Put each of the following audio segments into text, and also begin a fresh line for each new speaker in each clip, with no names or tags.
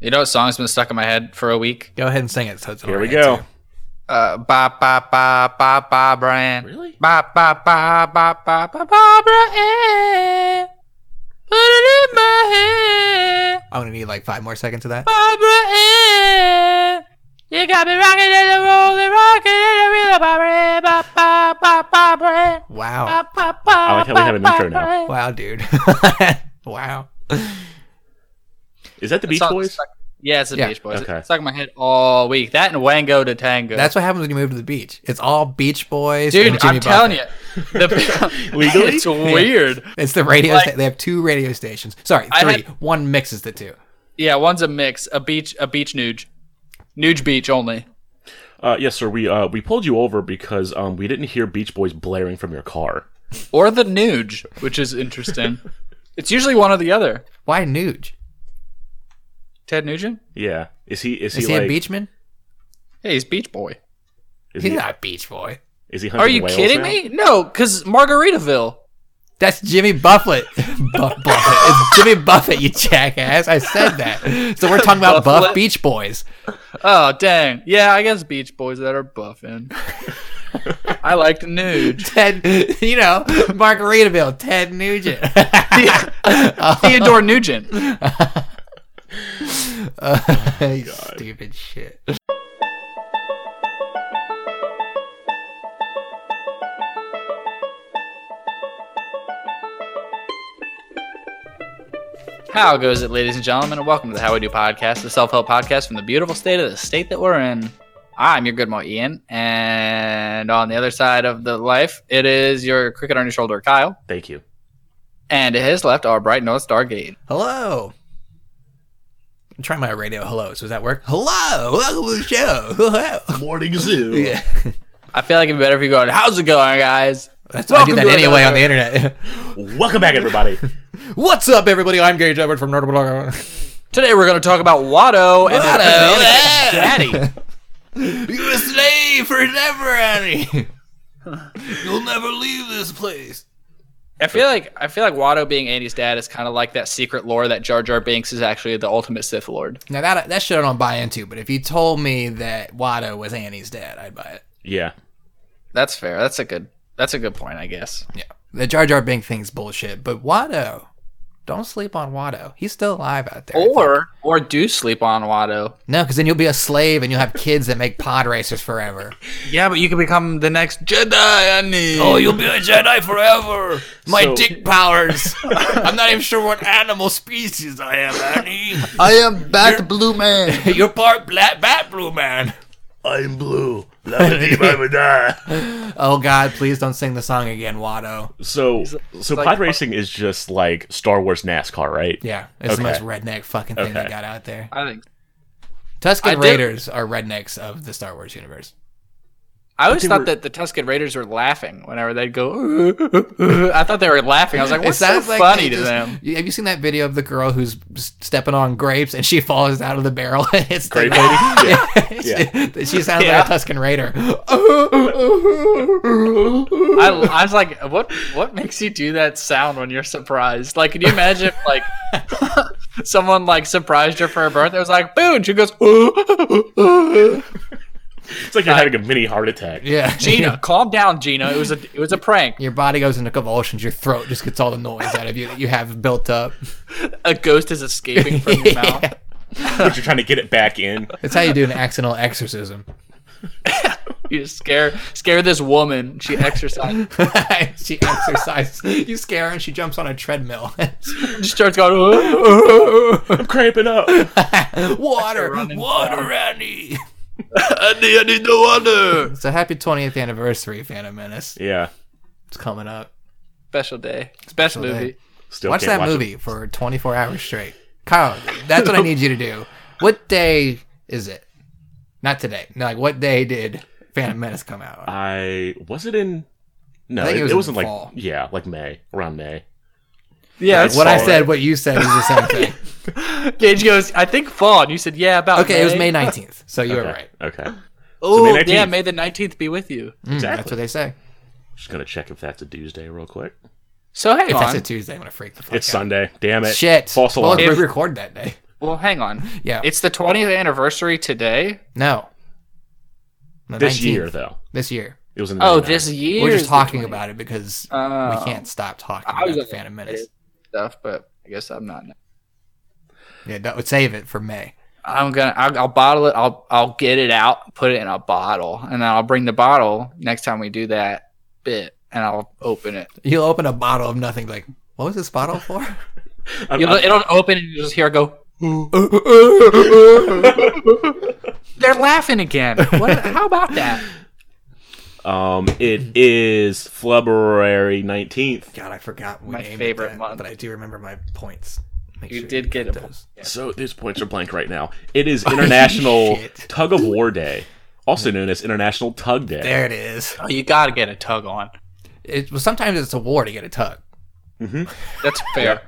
You know what song's been stuck in my head for a week?
Go ahead and sing it. So it's
Here we go.
Uh, ba ba ba ba ba Brian.
Really?
Ba ba ba ba ba ba ba Brian. Put it in my head.
I'm gonna need like five more seconds of that.
Barbara Ann. You got me rocking in the rolling, rocking in the real Barbara Ann. Ba ba ba Barbara Ann.
Wow.
Ba ba ba. I
like how we have an intro now.
Wow, dude. wow.
Is that the Beach Boys?
Yeah, it's the
Yeah.
Beach Boys.
Okay.
It's stuck in my head all week. That and Wango to Tango.
That's what happens when you move to the beach. It's all Beach Boys.
dude.
and Jimmy
I'm telling
Buffett.
you, the,
Legally?
it's weird.
It's the radio.
Like-
sta- they have two radio stations. Sorry,
I
three.
had-
One mixes the two.
Yeah, one's a mix, a beach, a beach nuge, nuge beach only.
Uh, yes, sir. We uh, we pulled you over because um, we didn't hear Beach Boys blaring from your car.
or the nuge, which is interesting. it's usually one or the other.
Why Nuge?
Ted Nugent?
Yeah. Is he is,
Is he
like
a beachman?
Hey, he's Beach Boy.
Is
He's
he,
not a beach boy.
is he hunting
Are you
whales
kidding
now?
me? No, because Margaritaville.
That's Jimmy Buffett. Buff Buffett. It's Jimmy Buffett, you jackass. I said that. So we're talking about Buff
Buffett.
Beach Boys.
Oh, dang. Yeah, I guess Beach Boys that are buffing. I liked Nuge.
Ted, you know, Margaritaville, Ted Nugent.
Theodore Nugent.
You Stupid shit.
How goes it, ladies and gentlemen, and welcome to the How We Do podcast, the self help podcast from the beautiful state of the state that we're in. I'm your good mo Ian, and on the other side of the life, it is your cricket on your shoulder, Kyle,
Thank you.
and to his left, our bright North Star Gate.
Hello. I'm trying my radio hellos. Does that work? Hello. Welcome to the show. Hello.
Morning zoo.
Yeah.
I feel like it'd be better if you go, how's it going, guys?
That's why I do
Welcome
that
to
anyway
another-
on the internet.
Welcome back, everybody.
What's up, everybody? I'm Gage Edward from Notable Dog.
Today we're going to talk about Watto and
Watto,
Daddy.
You a slave forever, Annie. You'll never leave this place.
I feel like I feel like Watto being Andy's dad is kind of like that secret lore that Jar Jar Binks is actually the ultimate Sith Lord.
Now that that shit I don't buy into, but if you told me that Watto was Annie's dad, I'd buy it.
yeah.
That's fair. That's a good. That's a good point, I guess.
Yeah, the Jar Jar Bing thing's bullshit, but Watto, don't sleep on Watto. He's still alive out there. I think.
Or or do sleep on Watto.
no, because then you'll be a slave and you'll have kids that make pod racers forever.
Yeah, but you can become the next Jedi, Andy.
Oh, you'll be a Jedi forever. My
So-
dick powers. I'm not even sure what animal species I am, Annie. I am Bat Blue Man. You're part Black Bat Blue Man.
I'm blue. so
Oh God, please don't sing the song again, Watto.
so
like-
pod racing is just like Star Wars NASCAR, right?
Yeah, it's the
Okay.
most redneck fucking thing they
Okay.
got out there.
I think I
Tusken
did-
Raiders are rednecks of the Star Wars universe.
I always
they
thought
were-
that the Tusken Raiders were laughing whenever they'd go. I thought they were laughing. I was like, what's so
like
funny
they
to
just-
them?
You- Have you seen that video of the girl who's s- stepping on grapes and she falls out of the barrel and hits the
Grape lady? Yeah.
she, she sounds
Yeah.
like a Tusken Raider.
I, I was like, what what makes you do that sound when you're surprised? Like, can you imagine if, like someone like surprised her for her birthday? It was like, boo, and she goes, "Ooh."
It's like you're having a mini heart attack.
yeah,
Gina, calm down, Gina. It was a it was a prank.
Your body goes into convulsions. Your throat just gets all the noise out of you that you have built up.
A ghost is escaping from your mouth.
Yeah.
But you're trying to get it back in.
That's how you do an accidental exorcism.
You just scare scare this woman. She exercises.
she exercises. You scare her and she jumps on a treadmill.
She starts going. "Ooh."
I'm cramping up.
water,
running
water, Annie.
Andy, I need the water.
So happy 20th anniversary, Phantom Menace.
Yeah.
It's coming up.
Special day. Special
day.
movie.
Still
watch
can't
that
watch it.
movie for 24 hours straight. Kyle, that's what I need you to do. What day is it? Not today. No, like what day did Phantom Menace come out? on?
I was it in. No,
I think
it,
it was
it
in
wasn't like
fall.
yeah, like May around May.
Yeah,
it's
it's
what I
fall,
said, what you said is the same thing.
Gage goes. I think fall. And you said, yeah, about
Okay, it was May 19th. So you were
okay.
right.
Okay.
Oh,
May 19th.
yeah, May the nineteenth be with you.
Mm, That's
Exactly.
what they say.
Just gonna check if that's a Tuesday real quick.
So hang
If
on.
that's a Tuesday, I'm going to freak the fuck
It's
out.
Sunday. Damn it.
Shit.
False
well,
alarm.
let's
If-
re-record that day.
Well, hang on.
Yeah.
It's the 20th anniversary today.
no. The
This
19th.
year, though,
this year.
it was in. The
Oh,
99.
this year.
We're
is
just
the
talking
20th
about it because
Oh.
we can't stop talking
I was
about the
looking
Phantom
at
Menace.
it. stuff, but I guess I'm not.
Yeah, that would save it for May.
I'm gonna. I'll, I'll bottle it. I'll I'll get it out, put it in a bottle, and then I'll bring the bottle next time we do that bit, and I'll open it.
You'll open a bottle of nothing. Like, what was this bottle for?
I'm-
You'll,
I'm-
it'll open, and you just hear it go. They're laughing again. What, how about that?
Um, it is February nineteenth.
God, I forgot. we
My
named it
favorite
that,
month.
but I do remember my points. Make
You
sure
did get a
those.
So these points are blank right now. It is International
Oh, Shit.
Tug of War Day, also known as International Tug Day.
There it is.
Oh, you gotta get a tug on.
It well, sometimes it's a war to get a tug.
That's fair.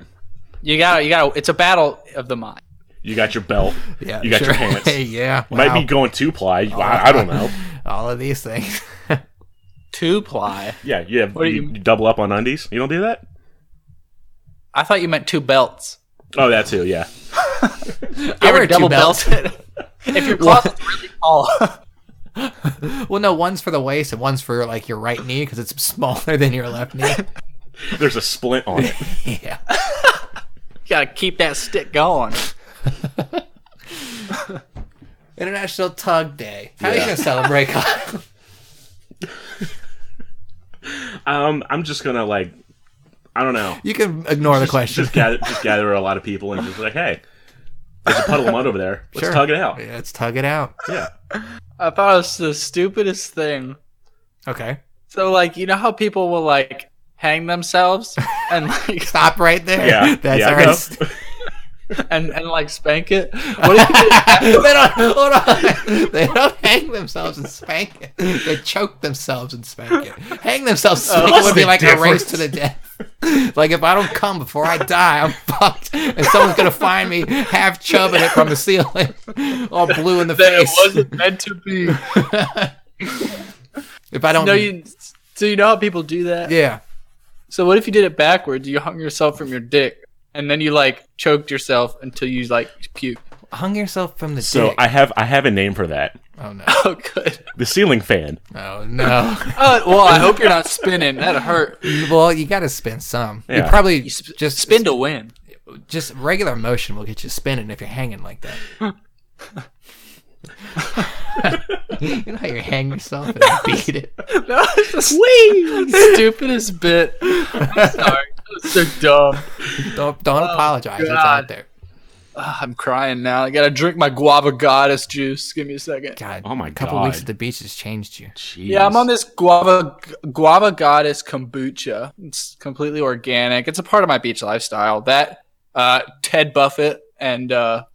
You gotta. You gotta. It's a battle of the mind.
You got your belt.
Yeah,
you got
sure.
your pants.
Hey, yeah,
Might
wow.
be going two ply. I, I don't know.
all of these things.
Two ply.
Yeah, you have
What do
you,
you-
you double up on undies. You don't do that.
I thought you meant two belts.
Oh, that too. Yeah.
You ever
wear two
double
belts.
belted? if your closet's really tall.
well, no, one's for the waist and one's for like your right knee because it's smaller than your left knee.
There's a splint on it.
yeah,
You gotta keep that stick going.
International Tug Day. How are you
Yeah.
gonna celebrate? Kyle?
Um, I'm just gonna like, I don't know.
you can ignore the question.
Just gather, just gather a lot of people and just like, hey, there's a puddle of mud over there. Let's
Sure.
tug it out.
Let's tug it out.
Yeah.
I thought it was the stupidest thing.
Okay,
So like, you know how people will like hang themselves and like
stop right there.
Yeah.
that's
yeah, I
our.
know.
and, and like spank it? What if you did-
they don't hold on. They don't hang themselves and spank it. They choke themselves and spank it. Hang themselves and spank it
what's
would be
the
like a race
difference?
to the death. Like if I don't come before I die, I'm fucked, and someone's gonna find me half chubbing it from the ceiling, all blue in the
that it
face.
wasn't meant to be.
If I don't,
No, you so you know how people do that?
yeah,
So what if you did it backwards? You hung yourself from your dick and then you like choked yourself until you like puke.
hung yourself from the
So
dick.
I have I have a name for that.
oh no,
Oh good.
The ceiling fan.
oh no.
Oh well I hope you're not spinning. That'd hurt.
Well, you gotta spin some. You
Yeah.
probably just
Spin to win.
just regular motion will get you spinning if you're hanging like that. you know how you hang yourself and beat it.
No, it's the st- stupidest bit. I'm sorry. That was so dumb.
Don't don't apologize. It's out
God.
there.
Ah, I'm crying now. I gotta drink my guava goddess juice. Give me a second.
God.
Oh my
a couple
God.
weeks at the beach has changed you.
Jeez.
Yeah, I'm on this guava guava goddess kombucha. It's completely organic. It's a part of my beach lifestyle. That uh, Ted Buffett and uh,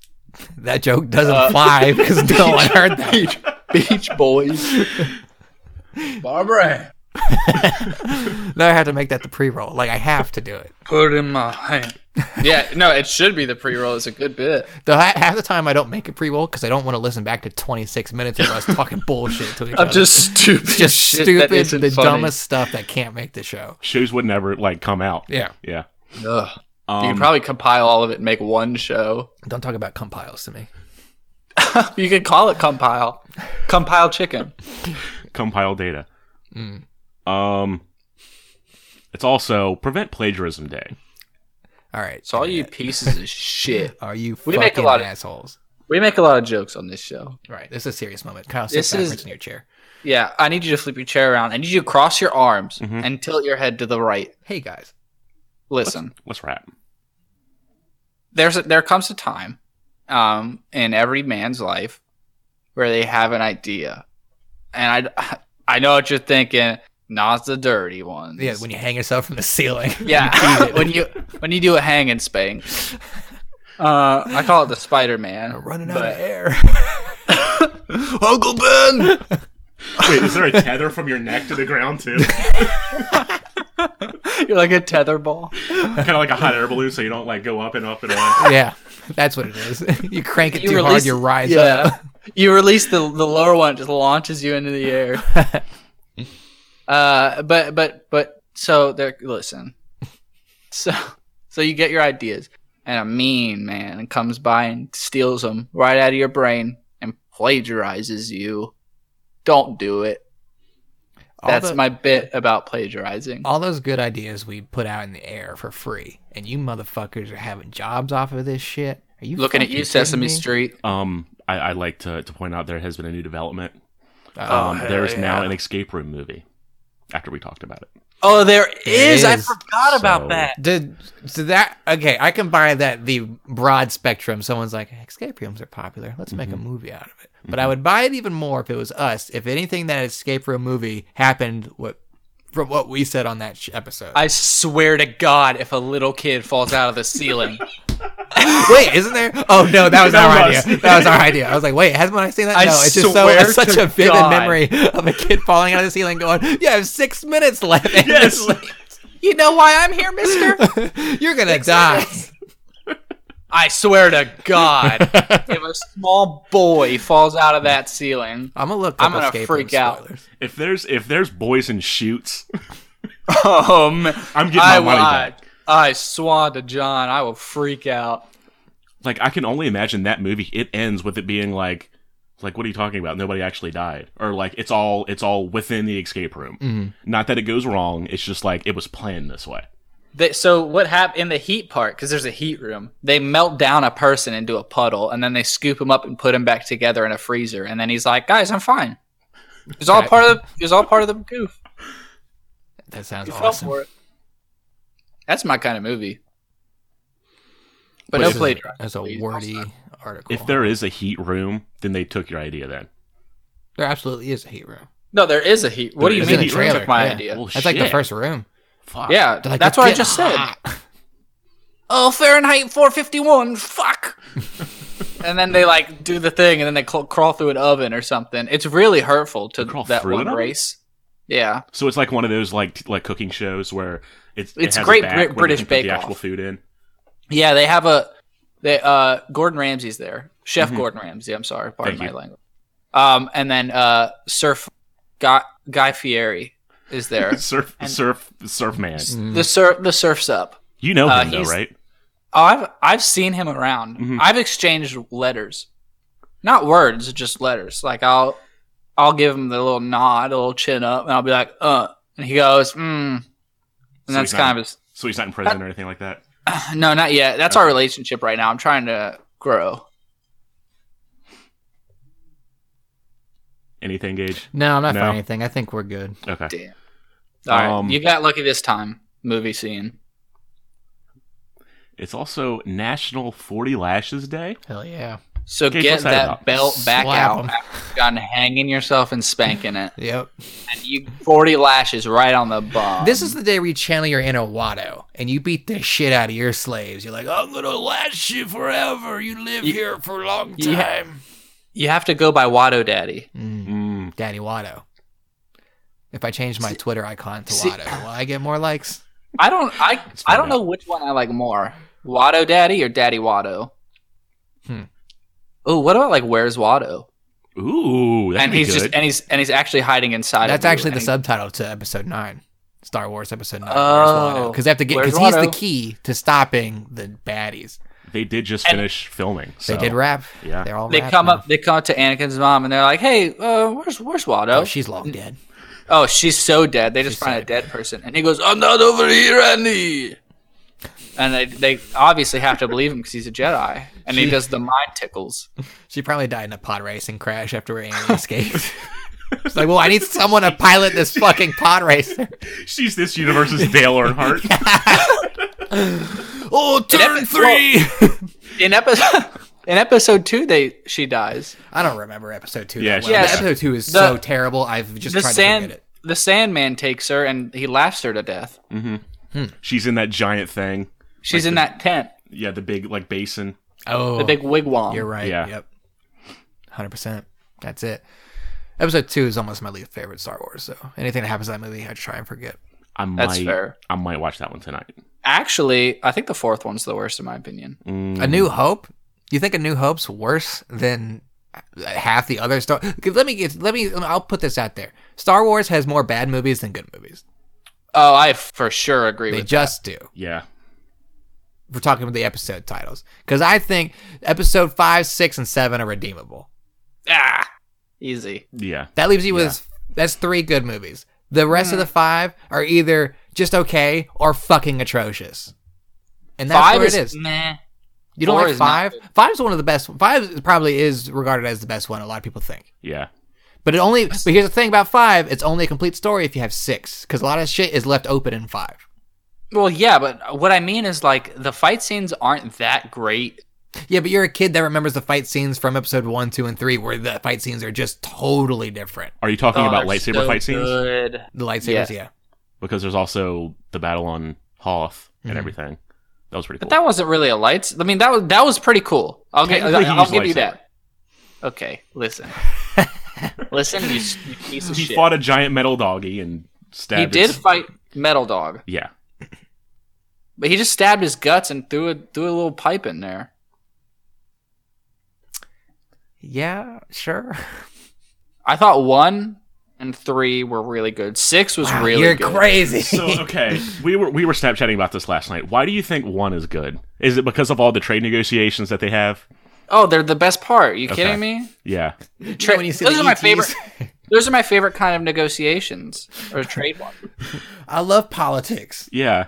That joke doesn't fly because no one heard that.
Beach Boys. Barbara,
Now I have to make that the pre-roll. Like I have to do it.
put in my hand. Yeah, no, it should be the pre-roll. It's a good bit.
Though ha- half the time I don't make a pre-roll because I don't want to listen back to 26 minutes of us talking bullshit to each
I'm
other.
just stupid.
just
shit
stupid,
that isn't
the
funny.
dumbest stuff that can't make the show.
shows would never like come out.
Yeah.
Yeah.
Ugh.
Um,
you could probably compile all of it and make one show.
Don't talk about compiles to me.
You could call it compile. Compile chicken.
compile data.
Mm.
Um, it's also Prevent Plagiarism Day.
All right.
So all you pieces of shit.
Are you
We
fucking
make a lot of-
assholes?
We make a lot of jokes on this show.
Right. This is a serious moment. Kyle, sit
This
backwards
is-
in your chair.
Yeah, I need you to flip your chair around. I need you to cross your arms and tilt your head to the right.
Hey guys.
Listen,
Let's wrap.
there's a, there comes a time um, in every man's life where they have an idea, and I I know what you're thinking. Not the dirty ones.
Yeah, when you hang yourself from the ceiling.
yeah, when you when you do a hang and spank. Uh, I call it the Spider Man.
running out
but-
of air.
Uncle Ben.
Wait, is there a tether from your neck to the ground too?
You're like a tether ball.
kind of like a hot air balloon, so you don't like go up and up and up.
yeah. That's what it is. you crank it
You
too hard,
release-
you rise up.
Yeah. you release the the lower one, it just launches you into the air. uh, but but but so there. Listen. So so you get your ideas, and a mean man comes by and steals them right out of your brain and plagiarizes you, don't do it.
All
That's
the-
my bit about plagiarizing.
all those good ideas we put out in the air for free, and you motherfuckers are having jobs off of this shit. Are you
Looking at
fucking
you,
kidding
Sesame
me?
Street.
Um, I, I like to, to point out there has been a new development.
Oh,
Um,
hell
there's now
yeah.
an escape room movie. After we talked about it,
Oh, there is. I
is.
forgot
So-
about that.
did so that okay? I can buy that the broad spectrum. Someone's like, escape rooms are popular. Let's make a
Mm-hmm.
Mhm.
movie out of it. But I would buy it even more if it was us. If anything that escape room movie happened, what from what we said on that sh- episode.
I swear to God, if a little kid falls out of the ceiling,
wait, isn't there? Oh no, that was
That
our
was-
idea. That was our idea. I was like, wait, hasn't I seen that?
I
no, it's just so
swear
it's such
to
a vivid
God.
memory of a kid falling out of the ceiling, going, "You have six minutes left." And
Yes.
you know why I'm here, mister?
You're gonna die.
I swear to God, if a small boy falls out of that ceiling,
I'm gonna look.
I'm
up
gonna
escape
freak
room
out.
spoilers.
if there's if there's boys in shoots,
um,
I'm getting my
I,
money
I,
back.
I swan to John, I will freak out.
Like I can only imagine that movie. It ends with it being like, like what are you talking about? Nobody actually died, or like it's all it's all within the escape room.
Mm-hmm.
Not that it goes wrong. It's just like it was planned this way.
They, so what happened in the heat part? Because there's a heat room. They melt down a person into a puddle, and then they scoop him up and put him back together in a freezer. And then he's like, "Guys, I'm fine." It was all
Right.
part of the, it was all part of the goof.
That sounds
You fell
awesome.
for it. That's my kind of movie. But
Which
no
is-
plagiarism.
That's a
please.
wordy article.
If there is a heat room, then they took your idea. Then
there absolutely is a heat room.
No, there is a heat. What
There
do you
is
mean?
a
You
heat room.
took my
Yeah.
idea.
Well,
That's like the
shit.
first room.
Fuck.
yeah,
They're like,
that's
"You're
what I
getting
just said.
hot."
oh fahrenheit 451 fuck and then they like do the thing and then they cl- crawl through an oven or something it's really hurtful to
They crawl
that
through an
one
oven?
race yeah
So it's like one of those like like cooking shows where it's
It's
has a
Great
back
Brit-
where they
British
can put
Bake
the actual
Off.
food in.
yeah they have a they uh gordon ramsay's there chef
Mhm.
gordon ramsay i'm sorry pardon my
Thank you.
language um and then uh surf guy guy fieri is there
Surf
And-
surf surf man.
Mm.
the surf the surf's up
You know
Uh,
him though,
he's-
right?
oh, i've i've seen him around
Mhm.
i've exchanged letters not words just letters like i'll I'll give him the little nod, a little chin up, and I'll be like, uh, and he goes, mm. And
So
that's
he's
kind
not-
of his,
So he's not in prison or anything like that.
no, not yet. That's our
Okay.
relationship right now. I'm trying to grow.
Anything, Gage?
No, I'm not
No.
finding anything. I think we're good.
Okay.
Damn. All right,
Um,
you got lucky this time. Movie scene.
It's also National Forty Lashes Day.
Hell yeah.
So
Gage,
get
what's that
that
about?
belt back
Slap
out.
'em.
after you've Done hanging yourself and spanking it,
Yep.
and you forty lashes right on the bum.
This is the day where you channel your inner Watto and you beat the shit out of your slaves. You're like, I'm gonna lash you forever. You live
You-
here for a long
you ha-
time.
you have to go by Watto Daddy.
Mm,
Mm.
Daddy Watto. If I change my Twitter icon to
see-
Watto, will I get more likes?
I don't, I,
Let's
I
find
don't know which one I like more, Watto Daddy or Daddy Watto.
Hmm.
Oh, what about like Where's Watto?
Ooh, that'd
and
be
he's
good.
just and he's and he's actually hiding inside.
That's
of you,
actually the
and he-
subtitle to episode nine, Star Wars episode nine.
Oh.
because they have to get
Where's
because he's the
Watto?
key to stopping the baddies.
they did just
and-
finish filming. So.
They did rap.
Yeah.
They're all
They
rap
come
now.
up. They come up to Anakin's mom, and they're like, "Hey, uh, where's where's Watto?
Oh, she's long dead.
oh, she's so dead. They just
She's
find
so
a dead person, and he goes, "I'm not over here, Annie." And they, they obviously have to believe him because he's a Jedi, and he
She-
does the mind tickles.
She probably died in a pod racing crash after Annie escaped. It's like, well, I need someone to pilot this fucking pod racer.
She's this universe's Dale Earnhardt.
Oh, turn
epic-
three.
In episode in episode two, they she dies.
I don't remember episode two.
Yeah,
that
she-
well.
Yes.
episode two is
The-
so terrible. I've just
The
tried to
sand
forget it.
the Sandman takes her, and he laughs her to death.
She's in that giant thing.
She's in that tent,
Yeah, the big like basin.
Oh,
the big wigwam.
you're right.
Yeah.
Yep, hundred percent. That's it. Episode two is almost my least favorite Star Wars. So anything that happens to that movie, I try and forget.
I might.
That's fair.
I might watch that one tonight.
Actually, I think the fourth one's the worst in my opinion.
Mm.
A New Hope. You think A New Hope's worse than uh, half the other Star? 'Cause Let me get. Let me. I'll put this out there. Star Wars has more bad movies than good movies.
Oh, I for sure agree
They
with.
just do.
Yeah.
for talking about the episode titles because I think episode five, six, and seven are redeemable.
Ah, easy.
Yeah.
That leaves you with that's three good movies. The rest
Mm.
of the five are either just okay or fucking atrocious. And that's
Five
where
is,
it is.
meh.
You don't
four
like
is not
five? Five is one of the best. Five is- probably is regarded as the best one. A lot of people think.
Yeah.
But it only. But here's the thing about five: it's only a complete story if you have six, because a lot of shit is left open in five.
Well, yeah, but what I mean is like the fight scenes aren't that great.
Yeah, but you're a kid that remembers the fight scenes from episode one, two, and three, where the fight scenes are just totally different.
Are you talking
Oh,
about
they're
lightsaber
so
fight scenes?
good.
The lightsabers, yeah.
Because there's also the battle on Hoth and everything. That was pretty cool.
But that wasn't really a lights. I mean, that was that was pretty cool. I'll, get,
Technically, he
I'll
used
give you
lightsaber.
that. Okay, listen, listen, you, s- you piece of
he
shit.
fought a giant metal doggy and
he
stabbed.
did
his-
fight Metal Dog,
Yeah.
but he just stabbed his guts and threw a threw a little pipe in there.
Yeah, sure.
I thought one and three were really good. Six was
Wow,
really
you're
good.
crazy.
So okay, we were we were Snapchatting about this last night. Why do you think one is good? Is it because of all the trade negotiations that they have?
Oh, they're the best part. you
Okay.
kidding me?
Yeah.
Tra-
when you see
those
the E
are my
ETs.
favorite. Those are my favorite kind of negotiations or trade ones.
I love politics.
Yeah.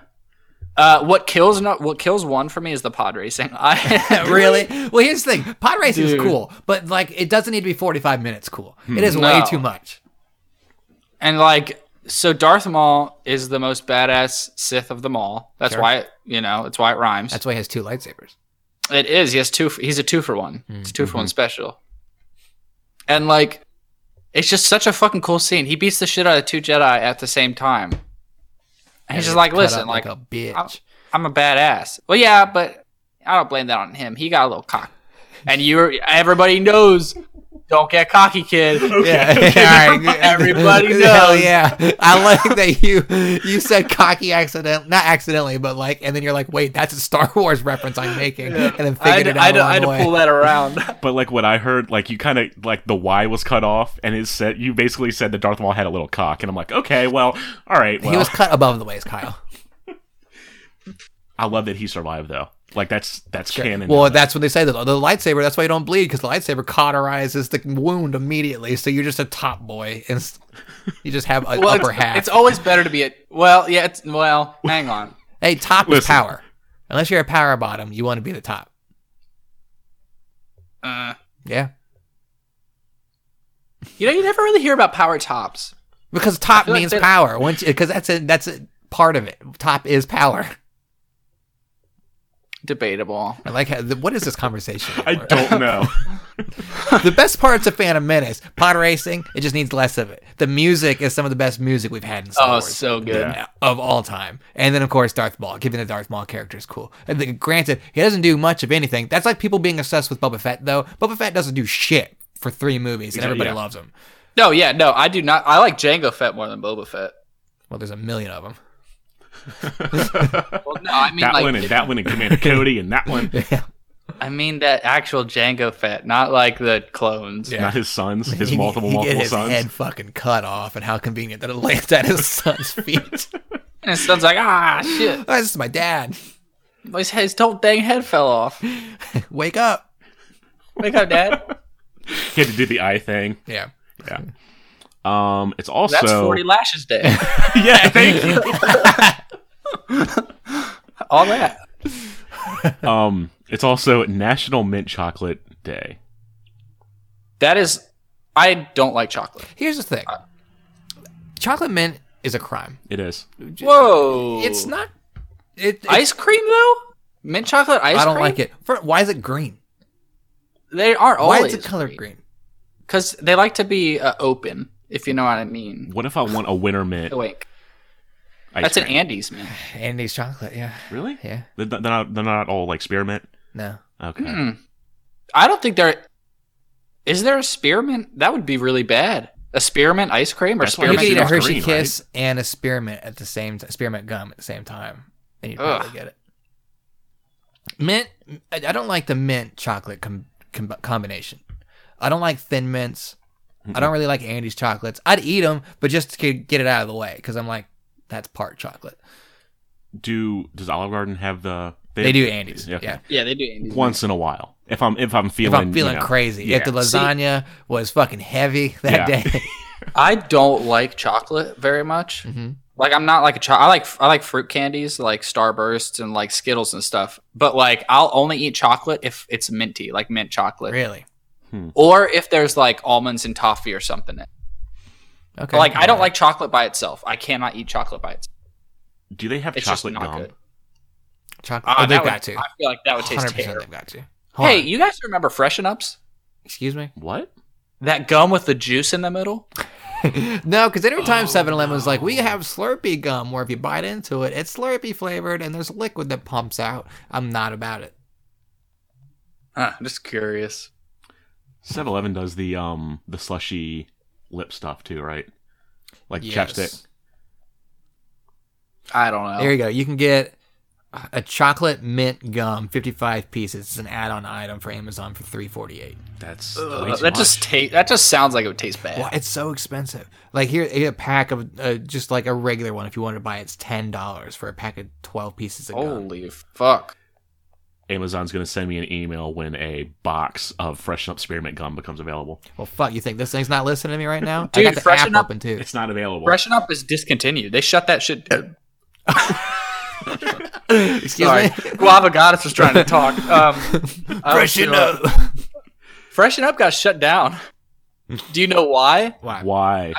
Uh, what kills not what kills one for me is the pod racing. I
really? Well, here's the thing: pod racing
Dude. Hmm.
is cool, but like it doesn't need to be 45 minutes cool. It is way
No.
too much.
and like so Darth Maul is the most badass Sith of them all. That's
Sure.
why it, you know that's why it rhymes.
That's why he has two lightsabers.
it is. He has two. For, he's a two for one. It's a two for one special. And like, it's just such a fucking cool scene. He beats the shit out of two Jedi at the same time. And he's just like,
cut
listen,
up
like,
a bitch.
I'm, I'm a badass. Well, yeah, but I don't blame that on him. He got a little cock, and you're everybody knows. Don't get cocky, kid.
Yeah, all right.
Everybody
Hell
knows.
yeah! I like that you you said cocky accident, not accidentally, but like, and then you're like, wait, that's a Star Wars reference I'm making, and then
I had,
figured it
I had-
out
I had
along the
to pull
way.
that around.
But like what I heard, like you kind of like the Y was cut off, and it said you basically said that Darth Maul had a little cock, and I'm like, okay, well, all right, well,
He was cut above the waist, Kyle.
I love that he survived though. Like that's that's canon.
Well, that's what they say. The, the lightsaber. That's why you don't bleed because the lightsaber cauterizes the wound immediately. So you're just a top boy, and s- you just have an
Well,
upper
it's,
half.
it's always better to be a well, yeah. It's, well, hang on.
hey, top is
Listen.
power. Unless you're a power bottom, you want to be the top.
Uh,
Yeah,
you know, you never really hear about power tops.
because top
feel like
means
that-
power. Once because that's a that's a part of it. Top is power.
Debatable.
I like how, the, what is this conversation?
I
for?
don't know.
the best parts of Phantom Menace, pod racing, it just needs less of it. The music is some of the best music we've had in Star
Oh,
Wars
so good.
Yeah.
of all time. And then of course Darth Maul, giving the Darth Maul character is cool. And then, granted, he doesn't do much of anything. That's like people being obsessed with Boba Fett though. Boba Fett doesn't do shit for three movies, and
Yeah,
everybody
yeah.
loves him.
No, yeah, no, I do not. I like Django Fett more than Boba Fett.
Well, there's a million of them.
Well, no, I mean
that
like
one and that one and Commander Cody and that one,
I mean that actual Django Fett, not like the clones.
Yeah.
not his sons, his
He-
multiple
he
multiple
get his
sons.
head fucking cut off, and how convenient that it lands at his son's feet.
And his son's like, ah, shit,
oh, this is my dad.
his, his whole dang head fell off.
Wake up.
Wake up, Dad.
He had to do the eye thing.
Yeah.
Yeah. Um, it's also
That's forty lashes day.
yeah. Thank you.
All that.
Um, it's also National Mint Chocolate Day.
That is, I don't like chocolate.
Here's the thing. Chocolate mint is a crime.
It is.
Whoa,
It's not. It, it's-
ice cream though. Mint chocolate ice cream.
I don't like it. For, why is it green?
They are
Why
always
is it color green?
because they like to be uh, open, if you know what I mean.
What if I want a winter mint?
Awake.
Ice
That's an
cream?
Andes man.
Andy's chocolate. Yeah.
Really?
Yeah.
They're not, they're not- they're not all like spearmint.
No.
Okay.
Hmm. I don't think there. Is there a spearmint? That would be really bad. A spearmint ice cream or
That's why
You
Spearmint
could eat a
smells
Hershey
green, right?
Kiss and a spearmint at the same t- spearmint gum at the same time, and you'd probably
Ugh.
get it. Mint. I I don't like the mint chocolate com- com- combination. I don't like thin mints. I don't really like Andy's chocolates. I'd eat them, but just to get it out of the way, because I'm like, that's part chocolate.
Do does Olive Garden have the
They do Andes.
Okay.
Yeah.
Yeah, they do. Andes.
once in a while. If I'm if I'm
If
feeling
I'm feeling
you know,
crazy, if the
yeah. See-
lasagna was fucking heavy that
Yeah.
day,
I don't like chocolate very much.
Mhm.
Like I'm not like a child. I like I like fruit candies, like Starbursts and like Skittles and stuff. But like I'll only eat chocolate if it's minty, like mint chocolate,
really.
or if there's like almonds and toffee or something. in it.
Okay.
Like I don't like chocolate by itself. I cannot eat chocolate by itself.
Do they have
It's just
chocolate
not
gum? Oh,
good.
chocolate.
Ah,
oh, they've
that would-
got to.
I feel like that would taste
100%
terrible.
they've got to. Hold
Hey,
on.
you guys remember Freshen Ups?
excuse me.
What?
That gum with the juice in the middle?
No, because every time 7 Eleven was like, we have Slurpee gum, where if you bite into it, it's Slurpee flavored and there's liquid that pumps out. I'm not about it.
Huh, I'm just curious.
7-Eleven does the um the slushy lip stuff too, right? Like
Yes.
chapstick.
I don't know.
There you go. You can get a chocolate mint gum, 55 pieces. It's an add on item for Amazon for 348
That's
Ugh,
way too
that just
much.
ta- that just sounds like it would taste bad.
Well, it's so expensive. Like here, here a pack of uh, just like a regular one, if you wanted to buy it, it's $10 for a pack of 12 pieces of gum.
Holy fuck.
Amazon's gonna send me an email when a box of freshen up spearmint gum becomes available.
Well, fuck, you think this thing's not listening to me right now?
Dude,
I got the
freshen
app
up.
open too.
It's not available.
Freshen Up is discontinued. They shut that shit down.
Excuse
Sorry.
me.
Guava Goddess was trying to talk. Um, I was
Freshen
doing-
up.
Freshen Up got shut down. Do you know why?
Why?
Why?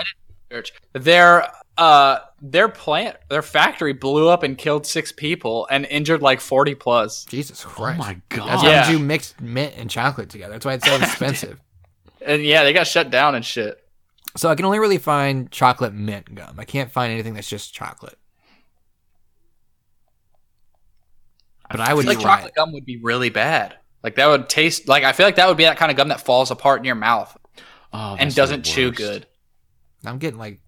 Church. Their uh their plant their factory blew up and killed six people and injured like forty plus.
Jesus
Oh
Christ.
my
That's
god.
how
Yeah.
you mix mint and chocolate together. That's why it's so expensive.
And yeah, they got shut down and shit.
so I can only really find chocolate mint gum. I can't find anything that's just chocolate. But I would
Like
try
chocolate gum would be really bad. Like that would taste like I feel like that would be that kind of gum that falls apart in your mouth
Oh,
and
that's the
doesn't chew
worst.
good.
it. I'm getting like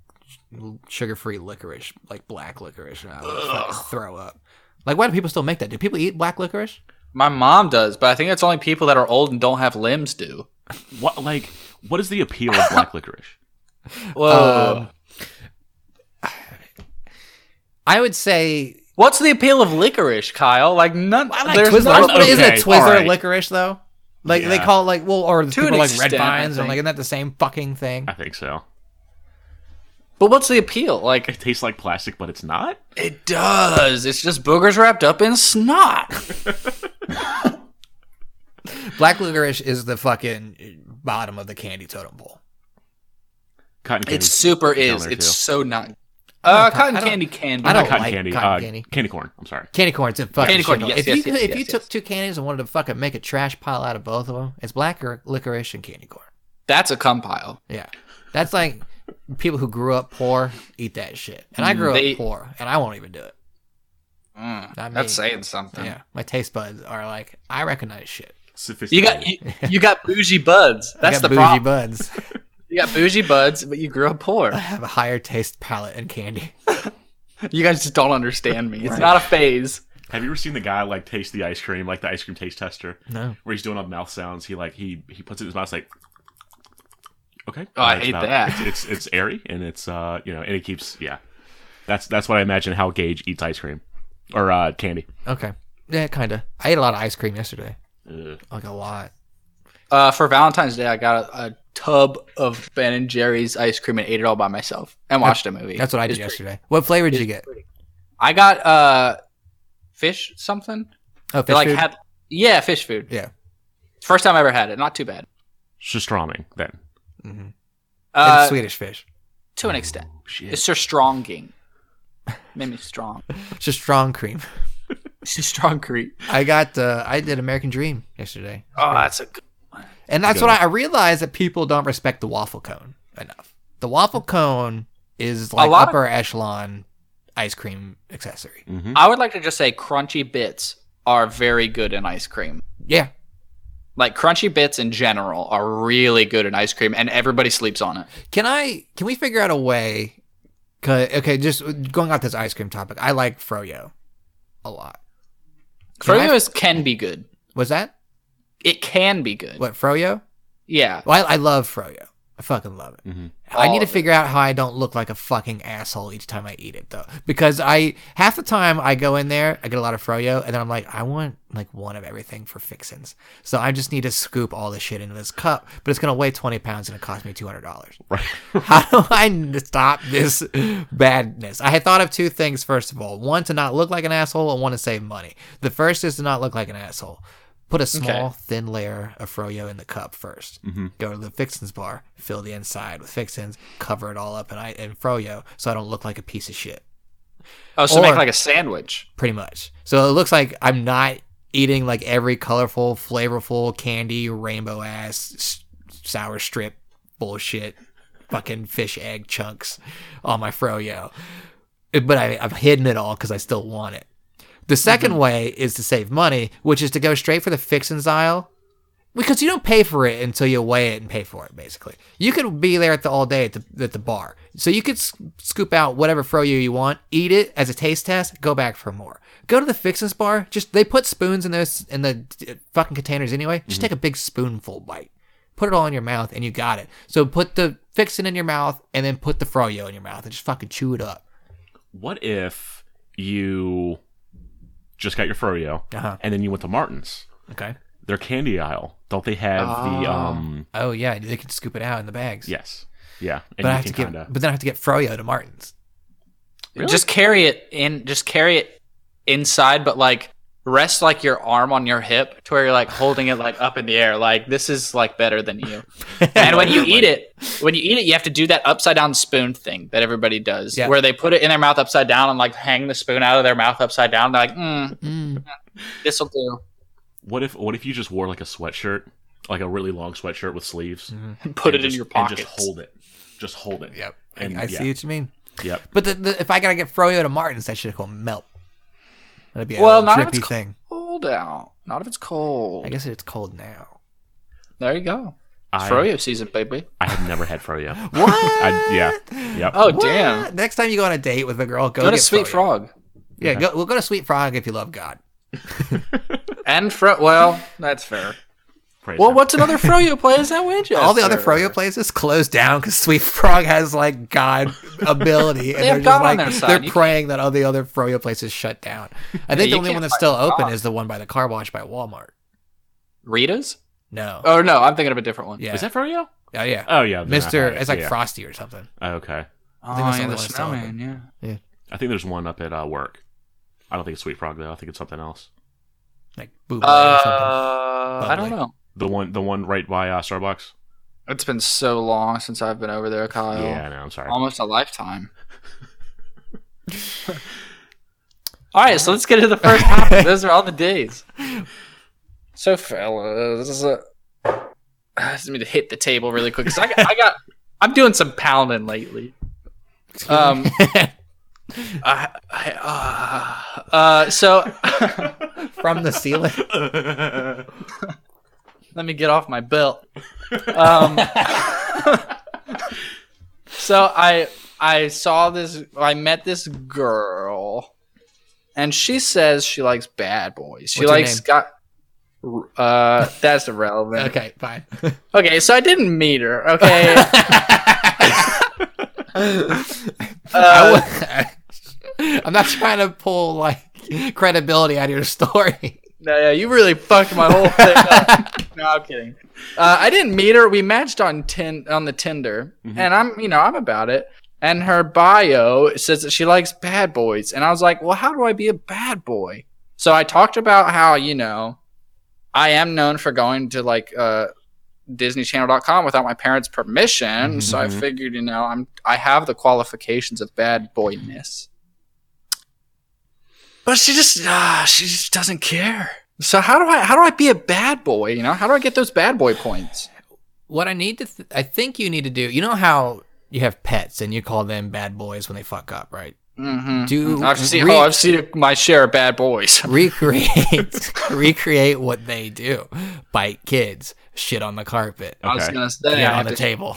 sugar-free licorice, like black licorice, and I would fucking throw up. Like, why do people still make that? Do people eat black licorice?
My mom does, but I think that's only people that are old and don't have limbs do.
What like what is the appeal of black licorice?
Whoa.
I would say
What's the appeal of licorice, Kyle? Like none.
I like
there's
Twizzler.
none-
What is
okay,
it Twizzler
alright.
licorice though? Like they
Yeah.
call it like well, or people
an
like
extent,
red
I
vines, and
think.
like isn't that the same fucking thing?
I think so.
But what's the appeal? Like
It tastes like plastic, but it's not.
it does. It's just boogers wrapped up in snot.
Black licorice is the fucking bottom of the candy totem pole.
Cotton
It
candy.
super
down
is.
there,
It's
too.
so not. Uh,
don't-
cotton
I don't-
candy can. be
I don't
good.
cotton
like
candy.
cotton
uh,
candy.
candy corn. I'm sorry.
Candy corn's a fucking
Candy corn,
shit.
yes,
if
yes,
you
yes,
if
yes,
you
yes.
took two candies and wanted to fucking make a trash pile out of both of them, it's black or licorice and candy corn.
That's a cum pile.
Yeah, that's like people who grew up poor eat that shit, and I
Mm,
grew
they-
up poor, and I won't even do it.
Mm,
Not me.
that's saying something.
Yeah, my taste buds are like I recognize shit.
You got you, you got bougie buds.
I
That's
got
the
bougie
problem.
buds.
you got bougie buds, but you grew up poor.
I have a higher taste palette in candy.
You guys just don't understand me. It's not a phase.
Have you ever seen the guy like taste the ice cream, like the ice cream taste tester,
No.
where he's doing all mouth sounds? He like he he puts it in his mouth, it's like. Okay.
Oh, I
It's
hate that.
It's, it's it's airy and it's uh you know and it keeps yeah. That's that's what I imagine how Gage eats ice cream, or uh candy.
Okay. Yeah, kinda. I ate a lot of ice cream yesterday.
Ugh.
Like a lot.
Uh, for Valentine's Day, I got a, a tub of Ben and Jerry's ice cream and ate it all by myself and watched a movie.
That's what I
It was
did
pretty-
yesterday. What flavor did you get?
I got uh, fish something.
Oh,
They
fish
like
food?
had yeah, fish food.
Yeah.
First time I ever had it. Not too bad.
Pastrami then.
Mhm.
Uh,
and Swedish fish.
to an extent.
Shit.
It's just stronging. Made me strong.
It's just strong cream.
It's just strong creep.
I got. Uh, I did American Dream yesterday,
Oh, that's a good.
and that's
Good.
what I, I realized that people don't respect the waffle cone enough. The waffle cone is like
lot of-
upper echelon ice cream accessory.
Mm-hmm.
I would like to just say crunchy bits are very good in ice cream.
Yeah,
Like crunchy bits in general are really good in ice cream, and everybody sleeps on it.
Can I? Can we figure out a way? 'cause- Okay, just going off this ice cream topic. I like froyo a lot. Can I-
Froyo can be good.
Was that
It can be good.
what froyo?
Yeah.
Well, I, I love froyo. I fucking love it.
Mhm.
I
All
need to
of it.
figure out how I don't look like a fucking asshole each time I eat it though, because I half the time I go in there, I get a lot of froyo, and then I'm like, I want like one of everything for fixins. So I just need to scoop all the shit into this cup, but it's gonna weigh twenty pounds and it cost me two hundred dollars.
Right.
How do I n- stop this badness? I had thought of two things, first of all. One, to not look like an asshole, and one, to save money. The first is to not look like an asshole. Put a small, thin layer of froyo in the cup 1st Go to the fixins bar, fill the inside with fixins, cover it all up in, I- in froyo so I don't look like a piece of shit,
Oh, so make
Or-
like a sandwich.
pretty much. So it looks like I'm not eating like every colorful, flavorful, candy, rainbow ass, s- sour strip bullshit, fucking fish egg chunks on my froyo. But I, I've hidden it all because I still want it. The 2nd way is to save money, which is to go straight for the fixins aisle because you don't pay for it until you weigh it and pay for it. Basically, you could be there at the all day at the at the bar, so you could s- scoop out whatever froyo you want, eat it as a taste test, go back for more. Go to the fixins bar. Just they put spoons in those in the uh, fucking containers anyway.
Mm-hmm.
Just take a big spoonful bite, put it all in your mouth, and you got it. So put the fixin in your mouth, and then put the froyo in your mouth, and just fucking chew it up.
What if you just got your froyo
Uh-huh.
and then you went to Martin's?
Okay.
Their candy aisle. Don't they have the
Ah.
um?
Oh yeah, they can scoop it out in the bags.
Yes. Yeah. And
But I
you
have to
can
get,
kinda-
but then I have to get froyo to Martin's.
Really?
Just carry it in. Just carry it inside, but like rest like your arm on your hip to where you're like holding it like up in the air. Like this is like better than you. and when you eat it, when you eat it, you have to do that upside down spoon thing that everybody does,
Yeah.
where they put it in their mouth upside down and like hang the spoon out of their mouth upside down. They're like, mm,
Mm.
this will do.
What if what if you just wore like a sweatshirt, like a really long sweatshirt with sleeves?
And put it
and
in
just-
your pocket.
And just hold it. Just hold it.
Yep.
And,
I
yeah.
see what you mean.
Yep.
But the, the, if I gotta get Froyo to Martin's, that shit's gonna melt. That'd be a
Well,
well,
not if
trippy
it's co-
thing.
Cold out. Not if it's cold.
I guess it's cold now.
There you go.
I-
Froyo season, baby.
I have never had froyo.
What?
I, yeah. Yep.
Oh
What?
damn.
Next time you go on a date with a girl, go,
Go to
get
Sweet
Froyo.
Frog.
Yeah, go, we'll go to Sweet Frog if you love God.
And Fro well, that's fair.
Praise
Well,
him.
what's another Froyo play? Is that Winchester?
All the other Froyo places closed down because Sweet Frog has like God ability, and
They
they are
have
just
God on
like
their side.
they're
You
praying that all the other Froyo places shut down. I think
you
the only
can't
one that's
fight
still open
God.
is the one by the car wash by Walmart.
Rita's?
No.
Oh no, I'm thinking of a different one.
yeah.
is that froyo?
oh yeah.
Oh yeah. then I
Mister,
had it,
it's like
yeah.
Frosty or something.
Oh, okay.
Oh,
think that's
yeah,
the
the
one I saw,
snowman. Yeah.
I think there's one up at uh, work. I don't think it's sweet frog though. I think it's something else.
Like boob or something.
Uh, I don't
Bubbly.
know.
The one, the one right by uh, Starbucks.
It's been so long since I've been over there, Kyle.
Yeah, I know. I'm sorry.
Almost a lifetime. all right, so let's get to the first topic. Those are all the days. So, fellas, uh, I just need to hit the table really quick because I, got- I got, I'm doing some pounding lately. Um, I, I, uh, uh, so
from the ceiling.
um, let me get off my belt. Um, so I I saw this. I met this girl, and she says she likes bad boys. She
What's her
likes
name?
got. Uh, that's irrelevant. Okay.
Okay, fine.
okay, so I didn't meet her. Okay, uh,
I w- I'm not trying to pull like credibility out of your story.
No, yeah, you really fucked my whole thing up. no, I'm kidding. Uh, I didn't meet her. We matched on tin on the Tinder,
Mm-hmm.
and I'm you know I'm about it. And her bio says that she likes bad boys, and I was like, well, how do I be a bad boy? So I talked about how you know I am known for going to like uh, DisneyChannel.com without my parents' permission. So I
Mhm.
figured you know I'm I have the qualifications of bad boyness. But she just ah, she just doesn't care. So how do I how do I be a bad boy? You know, how do I get those bad boy points?
What I need to, th- I think you need to do. You know how you have pets and you call them bad boys when they fuck up, right?
Mm-hmm.
Do
I've seen
re-
oh, I've seen my share of bad boys.
recreate recreate what they do: bite kids, shit on the carpet,
I was
Okay.
gonna say,
yeah,
Uh, I
on
have
the
to,
table.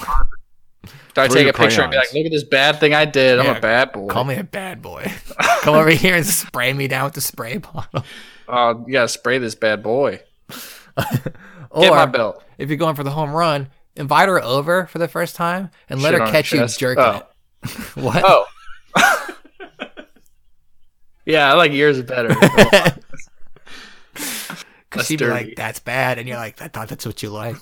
do I
Throw
take
your
a picture and be
crayons.
like, look at this bad thing I did. I'm
Yeah.
a bad boy.
Call me a bad boy. Come over here and spray me down with the spray bottle.
Uh, you gotta spray this bad boy.
Or
Get my belt.
if you're going for the home run, invite her over for the first time and let
Shit on
her
her
catch you
chest.
jerking
Oh.
it. What?
Oh. yeah, I like yours better. Mm,
Because
That's
she'd be
dirty.
like, "That's bad," and you're like, "I thought that's what you like."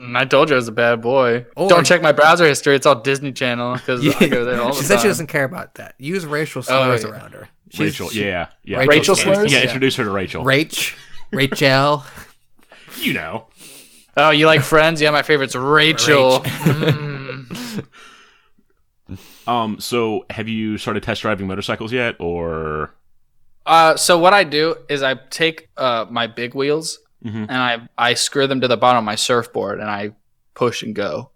Mm, I told you I was a bad boy.
Or-
Don't check my browser history. It's all Disney Channel because I go there all
she
the
said
time. Oh,
she doesn't care about that. Use racial slurs
yeah.
around her. She's-
Rachel.
she-
yeah, yeah.
Rachel Rachel
slurs? slurs?
Yeah,
Yeah.
introduce her to Rachel.
Rach, Rachel.
you know.
oh, you like Friends? Yeah, my favorite's Rachel. Mm-hmm.
Um. So, have you started test driving motorcycles yet, or?
Uh, so what I do is I take uh, my big wheels
Mhm.
and I I screw them to the bottom of my surfboard and I push and go.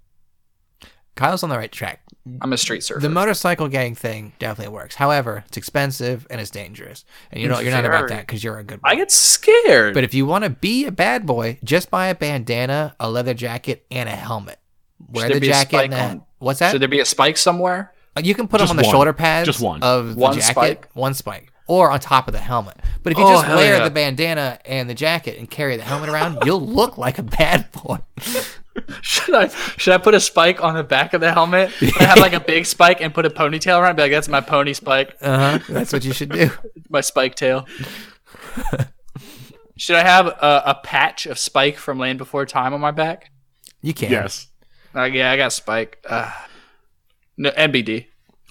Kyle's on the right track.
I'm a street surfer.
The motorcycle gang thing definitely works. However, it's expensive and it's dangerous, and you know you're not
Very.
about that because you're a good. Boy.
I get scared.
But if you want to be a bad boy, just buy a bandana, a leather jacket, and a helmet. Wear
there
the
be a
jacket.
spike
And a,
on-
what's that?
Should there be a spike somewhere?
you can put them
Just
on the
one.
shoulder pads.
Just one.
of the
One
jacket.
spike?
One spike, or on top of the helmet. But if you
Oh,
just
hell
wear
yeah.
the bandana and the jacket and carry the helmet around, you'll look like a bad boy.
Should I should I put a spike on the back of the helmet? Should I have like a big spike and put a ponytail around. it? Be like, that's my pony spike,
Uh huh. That's what you should do.
my spike tail. should I have a, a patch of spike from Land Before Time on my back?
You can.
Yes.
Uh, yeah, I got spike. Uh, no, NBD.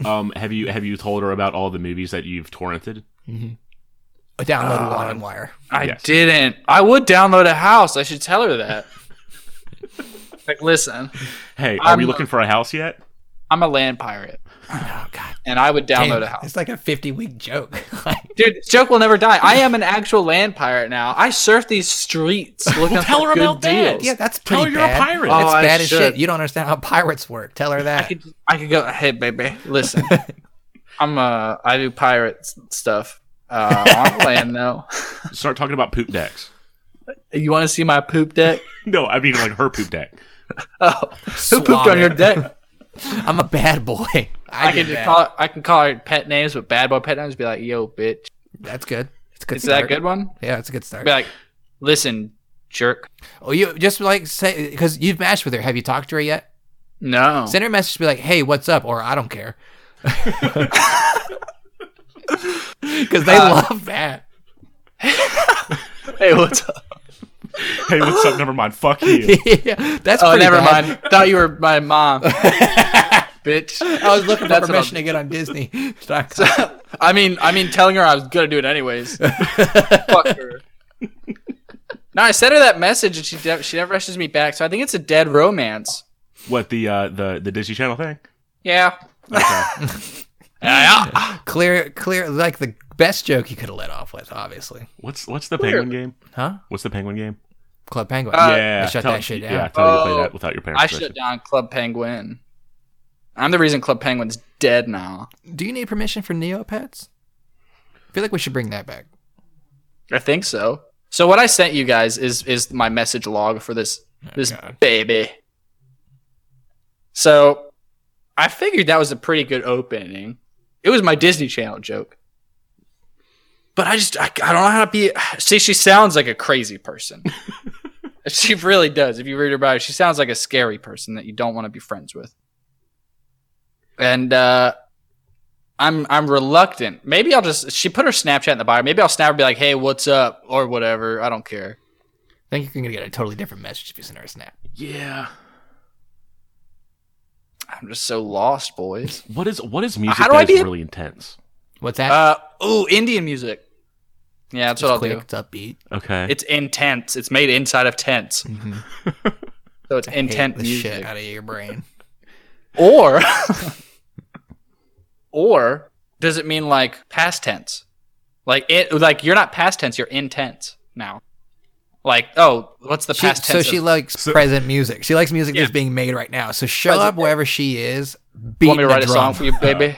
Um. Have you Have you told her about all the movies that you've torrented?
Download
Uh,
LimeWire.
I
Yes.
didn't. I would download a house. I should tell her that. like, listen,
Hey, are we
I'm-
looking for a house yet?
I'm a land pirate,
Oh God.
and I would download
Damn,
a house.
It's like a 50 week joke. Like,
Dude, this joke will never die. I am an actual land pirate now. I surf these streets looking
tell
for
her
good
about that.
deals.
yeah, that's
Tell
pretty
her you're a
bad.
pirate.
Oh,
That's
I
bad as
should.
shit. You don't understand how pirates work. Tell her
I
that.
could, I could go. Hey, baby, listen. I'm uh, I do pirate s- stuff uh, on the land though.
Start talking about poop decks.
You want to see my poop deck?
No, I mean like her poop deck.
Oh, who pooped
Swab
on your
it.
deck?
I'm a bad boy. I,
I can
did
just
that.
call. I can call her pet names, but bad boy pet names. Be like, yo, bitch.
That's good. It's a good
Is that a
start.
good one?
Yeah, it's a good start.
Be like, listen, jerk.
Oh, you just like say because you've matched with her. Have you talked to her yet?
No.
Send her a message. Be like, hey, what's up? Or I don't care. Because they
Uh,
love that.
hey, what's up?
Hey, what's up? Never mind. Fuck you.
yeah, that's
Oh,
pretty
never
bad.
mind. Thought you were my mom, bitch.
I was looking for
That's what
permission
I'll-
to get on Disney.
I mean, I mean, telling her I was gonna do it anyways. Fuck her. No, I sent her that message and she de- she never messages me back. So I think it's a dead romance.
What the uh the the Disney Channel thing?
Yeah.
Okay.
Yeah, yeah.
clear, clear, like the best joke you could have let off with, obviously.
What's What's the penguin game?
Huh?
What's the penguin game?
Club Penguin.
Uh,
yeah,
they shut
tell,
that shit down.
Yeah, tell her to play
Oh,
that without your parents.
I
permission.
shut down Club Penguin. I'm the reason Club Penguin's dead now.
Do you need permission for Neopets? I feel like we should bring that back.
I think so. So what I sent you guys is is my message log for this this
Oh, God.
baby. So I figured that was a pretty good opening. It was my Disney Channel joke. But I just I, I don't know how to be see she sounds like a crazy person. she really does. If you read her bio, she sounds like a scary person that you don't want to be friends with. And uh I'm I'm reluctant. Maybe I'll just she put her Snapchat in the bio. Maybe I'll snap her and be like, "Hey, what's up?" or whatever. I don't care.
I think you're gonna get a totally different message if you send her a snap.
Yeah.
I'm just so lost, boys.
What is What is music
How do I
that
be
is
a-
really intense?
What's that?
Uh, ooh, Indian music. Yeah, that's
It's
what I'll
quick,
do.
It's upbeat.
Okay.
It's intense. It's made inside of tents,
Mm-hmm.
so it's intent
Hate the
music.
shit out of your brain.
Or, or does it mean like past tense? Like it? Like you're not past tense. You're intense now. Like oh, what's the
She,
past
so
tense?
she
of-
likes present music. She likes music that's
Yeah.
being made right now. So show
Present-
up wherever she is. Beat
want me to write a
drum.
song for you, baby?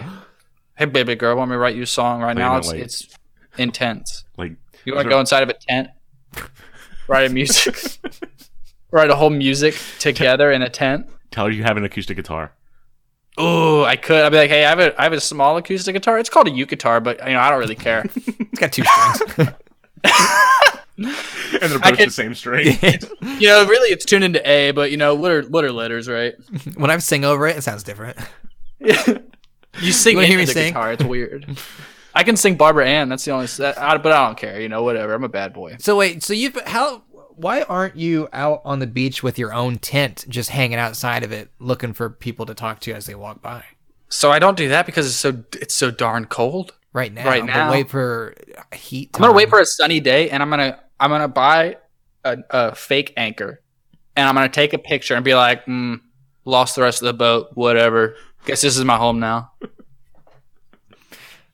hey, baby girl, want me to write you a song right now? It's,
Wait, wait.
it's intense.
like
You want to
Sure.
go inside of a tent, write a music, write a whole music together in a tent?
tell her you have an acoustic guitar.
Oh, I could. I'd be like, hey, I have a I have a small acoustic guitar. It's called a uke guitar, but you know I don't really care.
It's got two strings.
and they're
I
both
could-
the same string.
You know, really, it's tuned into A, but you know, what are what are letters, right?
when I sing over it, it sounds different.
You sing
wanna
into
hear me
the
sing?
guitar. It's weird. I can sing Barbara Ann. That's the only. That, I, but I don't care. You know, whatever. I'm a bad boy.
So wait, so you've how? Why aren't you out on the beach with your own tent, just hanging outside of it, looking for people to talk to as they walk by?
So I don't do that because it's so it's so darn cold.
Right now,
Right
but
now.
wait for heat.
I'm gonna wait
time.
for a sunny day, and I'm gonna I'm gonna buy a, a fake anchor, and I'm gonna take a picture and be like, mm, lost the rest of the boat. Whatever. Guess this is my home now.
I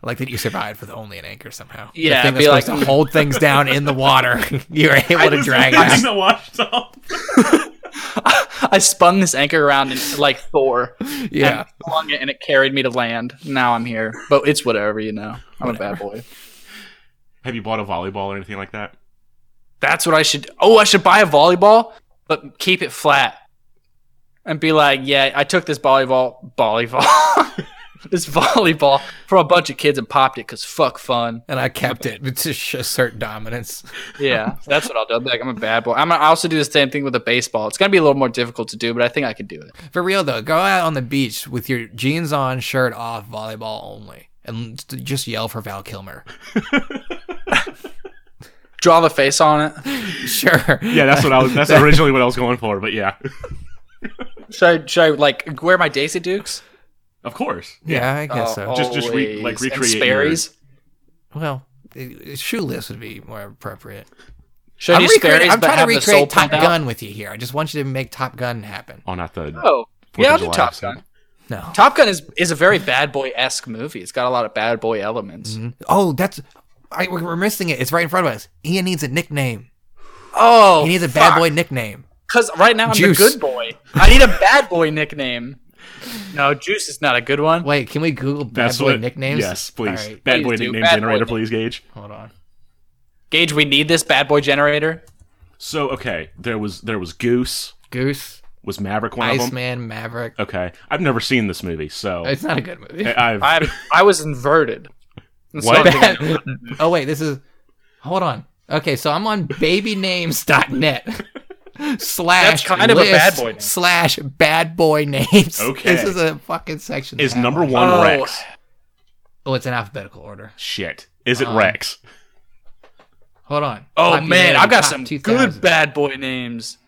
like that you survived with only an anchor somehow.
Yeah,
the thing
be
that's supposed
like-
to hold things down in the water. you were
I
able to
was
drag
the person
it.
that washed up.
I spun this anchor around in, like Thor.
Yeah,
And flung it and it carried me to land. Now I'm here. But it's whatever, you know. I'm a bad boy.
Have you bought a volleyball or anything like that?
That's what I should Oh, I should buy a volleyball, but keep it flat. And be like, yeah, I took this volleyball volleyball. this volleyball from a bunch of kids and popped it cuz fuck fun.
and I kept it to sh- assert dominance.
Yeah. that's what I'll do. I'll be like I'm a bad boy. I'm gonna I also do the same thing with a baseball. It's going to be a little more difficult to do, but I think I could do it.
For real though, go out on the beach with your jeans on, shirt off, volleyball only, and st- just yell for Val Kilmer.
Draw the face on it.
Sure.
Yeah, that's what I was. That's originally what I was going for, but yeah,
Should I, should I like wear my Daisy Dukes?
of course.
Yeah, I guess so.
Oh,
Just- just re- like,
always. And
recreate your-
Sperry's.
Well, i- i- shoeless would be more appropriate.
Should i do
recreat-
Sperry's,
I'm
but
trying to
have the soul
recreate Top
pump out?
Gun with you here. I just want you to make Top Gun happen.
Oh, not the.
Oh,
Fourth
yeah, I'll
of
do
July
Top
episode.
Gun.
No.
Top Gun is is a very bad boy esque movie. It's got a lot of bad boy elements.
Oh, that's. I, we're we're missing it. It's right in front of us. Ian needs a nickname.
Oh,
He needs a bad boy nickname.
Because right now I'm
Juice.
the good boy. I need a bad boy nickname. No, Juice is not a good one.
Wait, can we Google bad
That's
boy
what
nicknames?
Yes, please.
All right,
bad
please
boy
do.
nickname
Bad boy
generator,
nick-
please, Gage.
hold on.
Gage, we need this bad boy generator.
So okay, there was there was Goose.
Goose,
Was Maverick one of them?
Iceman, Maverick.
Okay, I've never seen this movie, so
It's not a good movie.
I- I've
I I was inverted. That's
What?
what I'm thinking.
oh wait, this is. Hold on. Okay, so I'm on babynames.net slash
That's kind of a bad
list
boy name.
slash bad boy names.
Okay.
This is a fucking section.
is
that
number
has-
one
Oh.
Rex.
Oh, it's in alphabetical order.
Shit, is it
Um,
Rex?
Hold on.
oh
Popularity,
man, I've got
top
some
2000.
good bad boy names.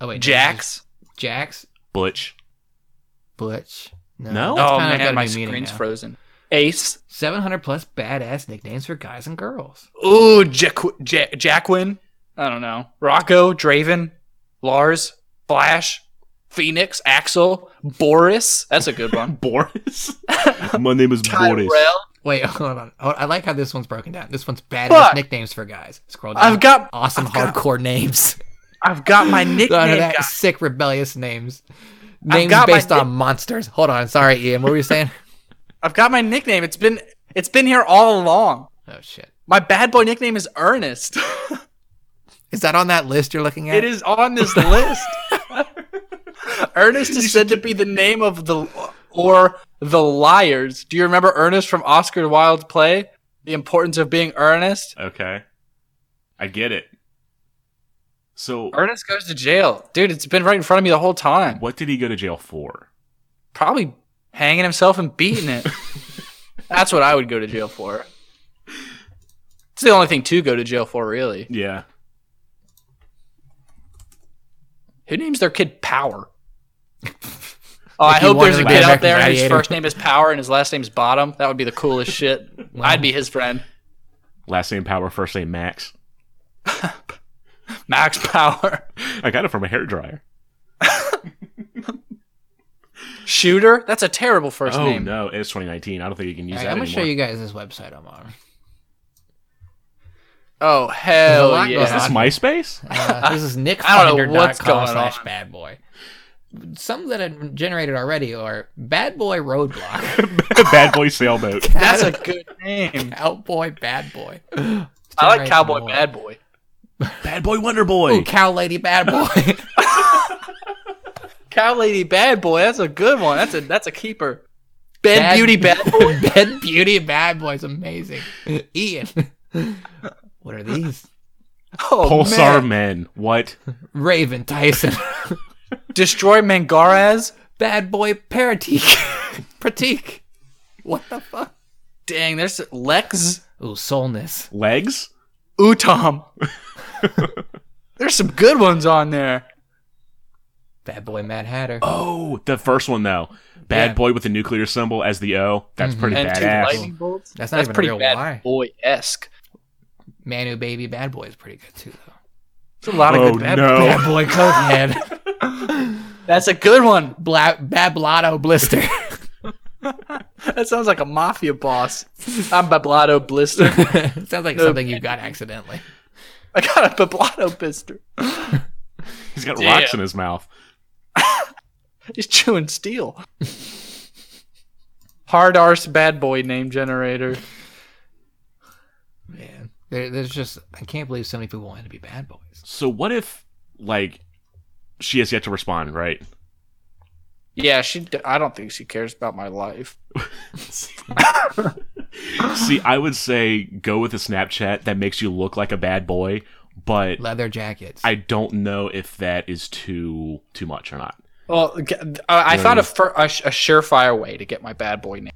Oh wait, no,
Jax.
this is Jax,
Butch.
Butch.
No?
Oh man, my screen's frozen. Ace.
Seven hundred plus badass nicknames for guys and girls.
Ooh, Jack, Jack, Jacquin. I don't know. Rocco, Draven, Lars, Flash, Phoenix, Axel, Boris. That's a good one.
Boris. My name is
Tyrell.
Boris.
Wait, hold on. Hold- I like how this one's broken down. This one's badass
Fuck.
nicknames for guys. Scroll down.
I've got
awesome
I've got-
hardcore names.
I've got my
Under
nickname.
that
guy.
sick rebellious names. Names
got my
based on monsters. Hold on, sorry, Ian. What were you saying?
I've got my nickname. It's been it's been here all along.
oh shit.
My bad boy nickname is Ernest.
Is that on that list you're looking at?
It is on this list. Ernest is said to be the name of the or the liars. Do you remember Ernest from Oscar Wilde's play? The importance of being earnest.
Okay, I get it. So
Ernest goes to jail. Dude, it's been right in front of me the whole time.
what did he go to jail for?
Probably hanging himself and beating it. That's what I would go to jail for. It's the only thing to go to jail for, really.
Yeah.
Who names their kid Power? Oh, I
Like he
hope
wanted
there's
to
a
be
kid out
American
there whose
Gladiator.
first name is Power and his last name's Bottom. That would be the coolest shit.
Wow.
I'd be his friend.
Last name Power, first name Max.
Max Power.
I got it from a hairdryer.
Shooter? That's a terrible first
Oh
name.
no, it's 2019. I don't think you can
All
use
right,
that
I'm gonna
anymore.
show you guys this website I'm on.
Oh,
There's a
hell
lot going
yeah.
Is this MySpace?
Uh, this is
I don't know what's
nickfinder.com
going
slash
on.
bad boy. Some that are generated already are Bad Boy Roadblock,
Bad boy sailboat.
That's a good name.
Cowboy Bad Boy.
I like Cowboy Bad Boy.
Bad boy Wonder Boy.
Ooh, Cow Lady Bad Boy.
Cow Lady Bad Boy. That's a good one. That's a that's a keeper. Bed
Bad-
Beauty Bad Boy.
Bed Beauty Bad Boy is amazing. Ian, what are these? Oh,
Pulsar
man.
Men. What?
Raven Tyson.
Destroy Mangaraz?
Bad boy Paratik. Pratik. What the fuck?
Dang, there's Lex
Ooh, Solness.
Legs?
Utom. there's some good ones on there.
Bad boy Mad Hatter.
Oh, the first one though. Bad
Yeah.
boy with the nuclear symbol as the O. That's pretty
And two
badass.
lightning bolts.
That's not
That's
even a
pretty
real
bad
Y.
boy esque.
Manu Baby Bad Boy is pretty good too, though.
There's a lot of
Oh
good bad
Bad
no.
Boy Cokehead.
That's a good one.
Bla- Bad Blotto Blister.
That sounds like a mafia boss. I'm Bablado Blister.
Sounds like something you got accidentally.
I got a Bablado Blister.
He's got
Damn.
rocks in his mouth.
He's chewing steel. Hard arse bad boy name generator.
Man. There, there's just, I can't believe so many people want to be bad boys.
So what if like she has yet to respond, right?
Yeah, she. d- I don't think she cares about my life.
See, I would say go with a Snapchat that makes you look like a bad boy, but
Leather jackets.
I don't know if that is too too much or not.
Well, g- uh, I found a, fir- a, sh- a surefire way to get my bad boy name.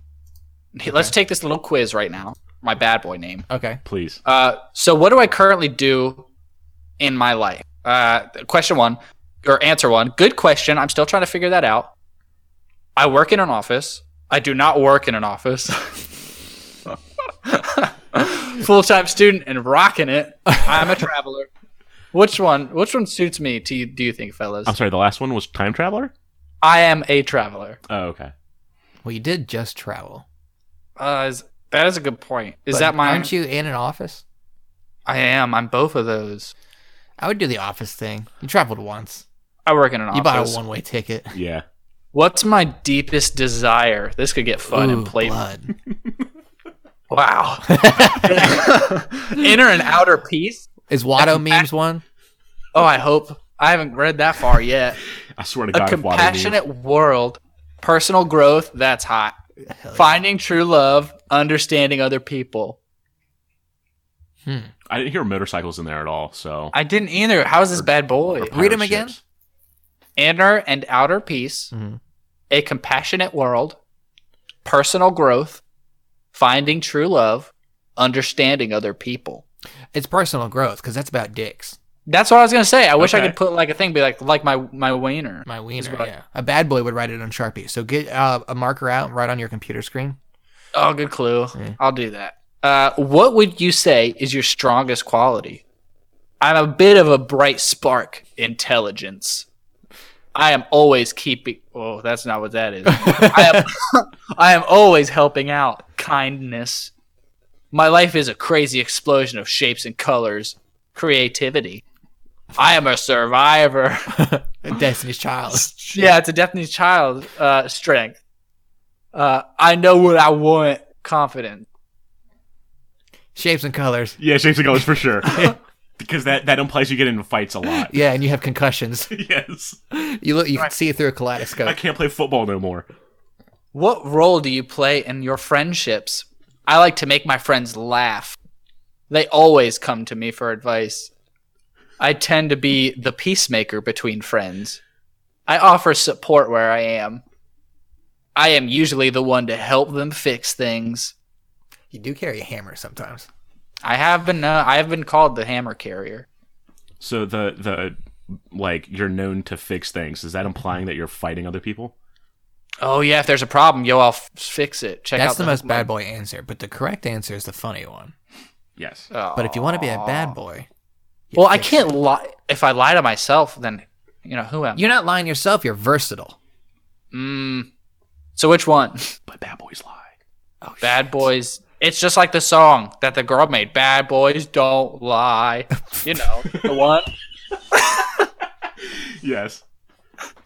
Hey, Let's take this little quiz right now. My bad boy name.
okay.
Please.
Uh, so what do I currently do in my life? Uh, question one or answer one. Good question. I'm still trying to figure that out. I work in an office. I do not work in an office. Full time student and rocking it. I'm a traveler. Which one? Which one suits me? To you, do you think, fellas?
I'm sorry, the last one was time traveler?
I am a traveler.
Oh, okay.
Well, you did just travel.
Uh, is, that is a good point. Is
But
that my?
Aren't you in an office?
I am. I'm both of those.
I would do the office thing. You traveled once.
I work in an office.
You bought a one way ticket.
Yeah.
What's my deepest desire? This could get fun
Ooh,
and playful.
blood.
Wow. Inner and outer peace.
Is Watto memes one?
Oh, I hope. I haven't read that far yet.
I swear to
A
God, if Water Memes-
compassionate world, personal growth, that's hot. Finding true love, understanding other people.
I didn't hear motorcycles in there at all, so
I didn't either. How is this bad boy?
Or
Read 'em
pirate
again?
ships.
Inner and outer peace,
Mhm.
a compassionate world, personal growth, finding true love, understanding other people.
It's personal growth because that's about dicks.
That's what I was gonna say. I wish I
Okay.
could put like a thing, be like like my my wiener.
My wiener.
what I-
yeah. A bad boy would write it on Sharpie. So get uh, a marker out and write on your computer screen.
Oh, good clue.
Yeah.
I'll do that. Uh, what would you say is your strongest quality? I'm a bit of a bright spark, intelligence. I am always keeping. Oh, that's not what that is. I am. I am always helping out. Kindness. My life is a crazy explosion of shapes and colors. Creativity. I am a survivor.
Destiny's Child.
Yeah, it's a Destiny's Child uh, strength. Uh, I know what I want. Confidence.
Shapes and colors.
Yeah, shapes and colors for sure. because that, that implies you get into fights a lot.
Yeah, and you have concussions.
yes.
You look. You can see it through a kaleidoscope.
I can't play football no more.
What role do you play in your friendships? I like to make my friends laugh. They always come to me for advice. I tend to be the peacemaker between friends. I offer support where I am. I am usually the one to help them fix things.
You do carry a hammer sometimes.
I have been uh, I have been called the hammer carrier.
So the the like you're known to fix things. Is that implying that you're fighting other people?
Oh yeah, if there's a problem, yo, I'll f- fix it. Check
That's
out
the most bad boy answer, but the correct answer is the funny one.
Yes.
But if you want to be a bad boy, you
well, I
fix
can't lie. If I lie to myself, then you know who am.
You're not lying yourself. You're versatile.
I? Mm. So which one?
But bad boys lie.
Oh,
Bad boys. It's just like the song that the girl made. Bad boys don't lie. You know the one.
Yes.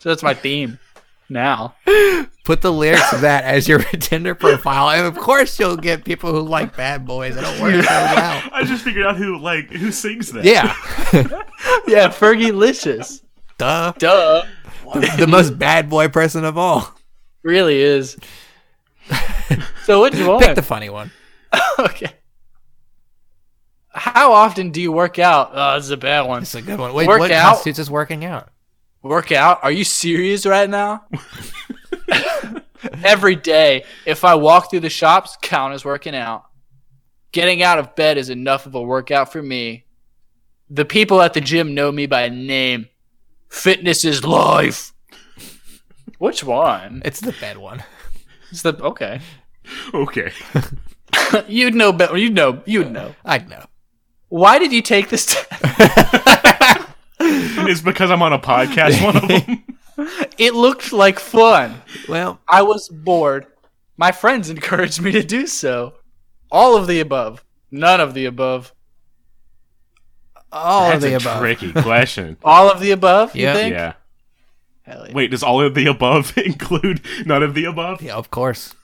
So that's my theme. Now
Put the lyrics of that as your Tinder profile, and of course you'll get people who like bad boys. It'll work so well.
I just figured out who like who sings that.
Yeah,
yeah, Fergie Licious.
duh.
Duh.
The most bad boy person of all.
Really is. So which one?
Pick the funny one.
okay. how often do you work out? Oh, this is a bad one.
It's a good one. Wait,
Work
what
out.
constitutes as working out?
Work out? Are you serious right now? Every day, if I walk through the shops, count as working out. Getting out of bed is enough of a workout for me. The people at the gym know me by name. Fitness is life. Which one?
It's the bad one.
It's the okay.
Okay.
you'd know better. You'd know. You'd know.
I know.
Why did you take this? T-
it's because I'm on a podcast, one of them.
it looked like fun.
Well,
I was bored. My friends encouraged me to do so. All of the above. None of the above.
all
That's
of the
a
above.
tricky question.
All of the above. You
Yeah.
think?
Oh. yeah.
Hell yeah.
Wait, does all of the above include none of the above?
Yeah, of course.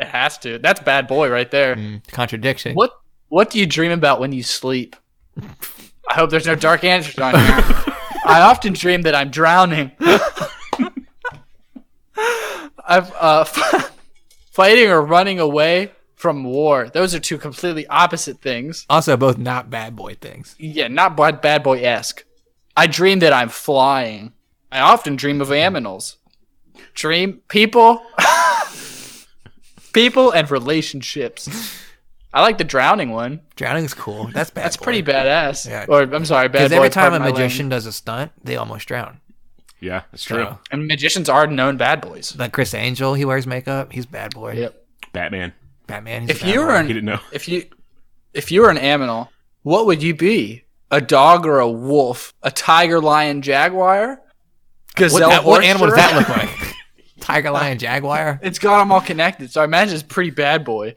It has to. That's bad boy right there.
Mm, contradiction.
What What do you dream about when you sleep? I hope there's no dark answers on here. I often dream that I'm drowning. I've uh, fighting or running away from war. Those are two completely opposite things.
Also, both not bad boy things.
Yeah, not bad, bad boy esque. I dream that I'm flying. I often dream of aminals. Dream people, people and relationships. I like the drowning one.
Drowning's cool. That's bad.
That's pretty badass.
Yeah.
Or I'm sorry, bad
Because
boy.
every time a
pardon my
magician does a stunt, they almost drown.
Yeah, that's true.
So,
language. and magicians are known bad boys.
like Chris Angel, he wears makeup. He's bad boy.
Yep.
Batman.
Batman. He's
If
a bad
you were
boy.
He
an
didn't know.
if you if you were an aminal, what would you be? A dog or a wolf? A tiger, lion, jaguar?
what,
Gazelle?
that- what
horse
animal does
giraffe?
that look like? Tiger, lion, jaguar.
It's got them all connected, so I imagine it's pretty bad boy.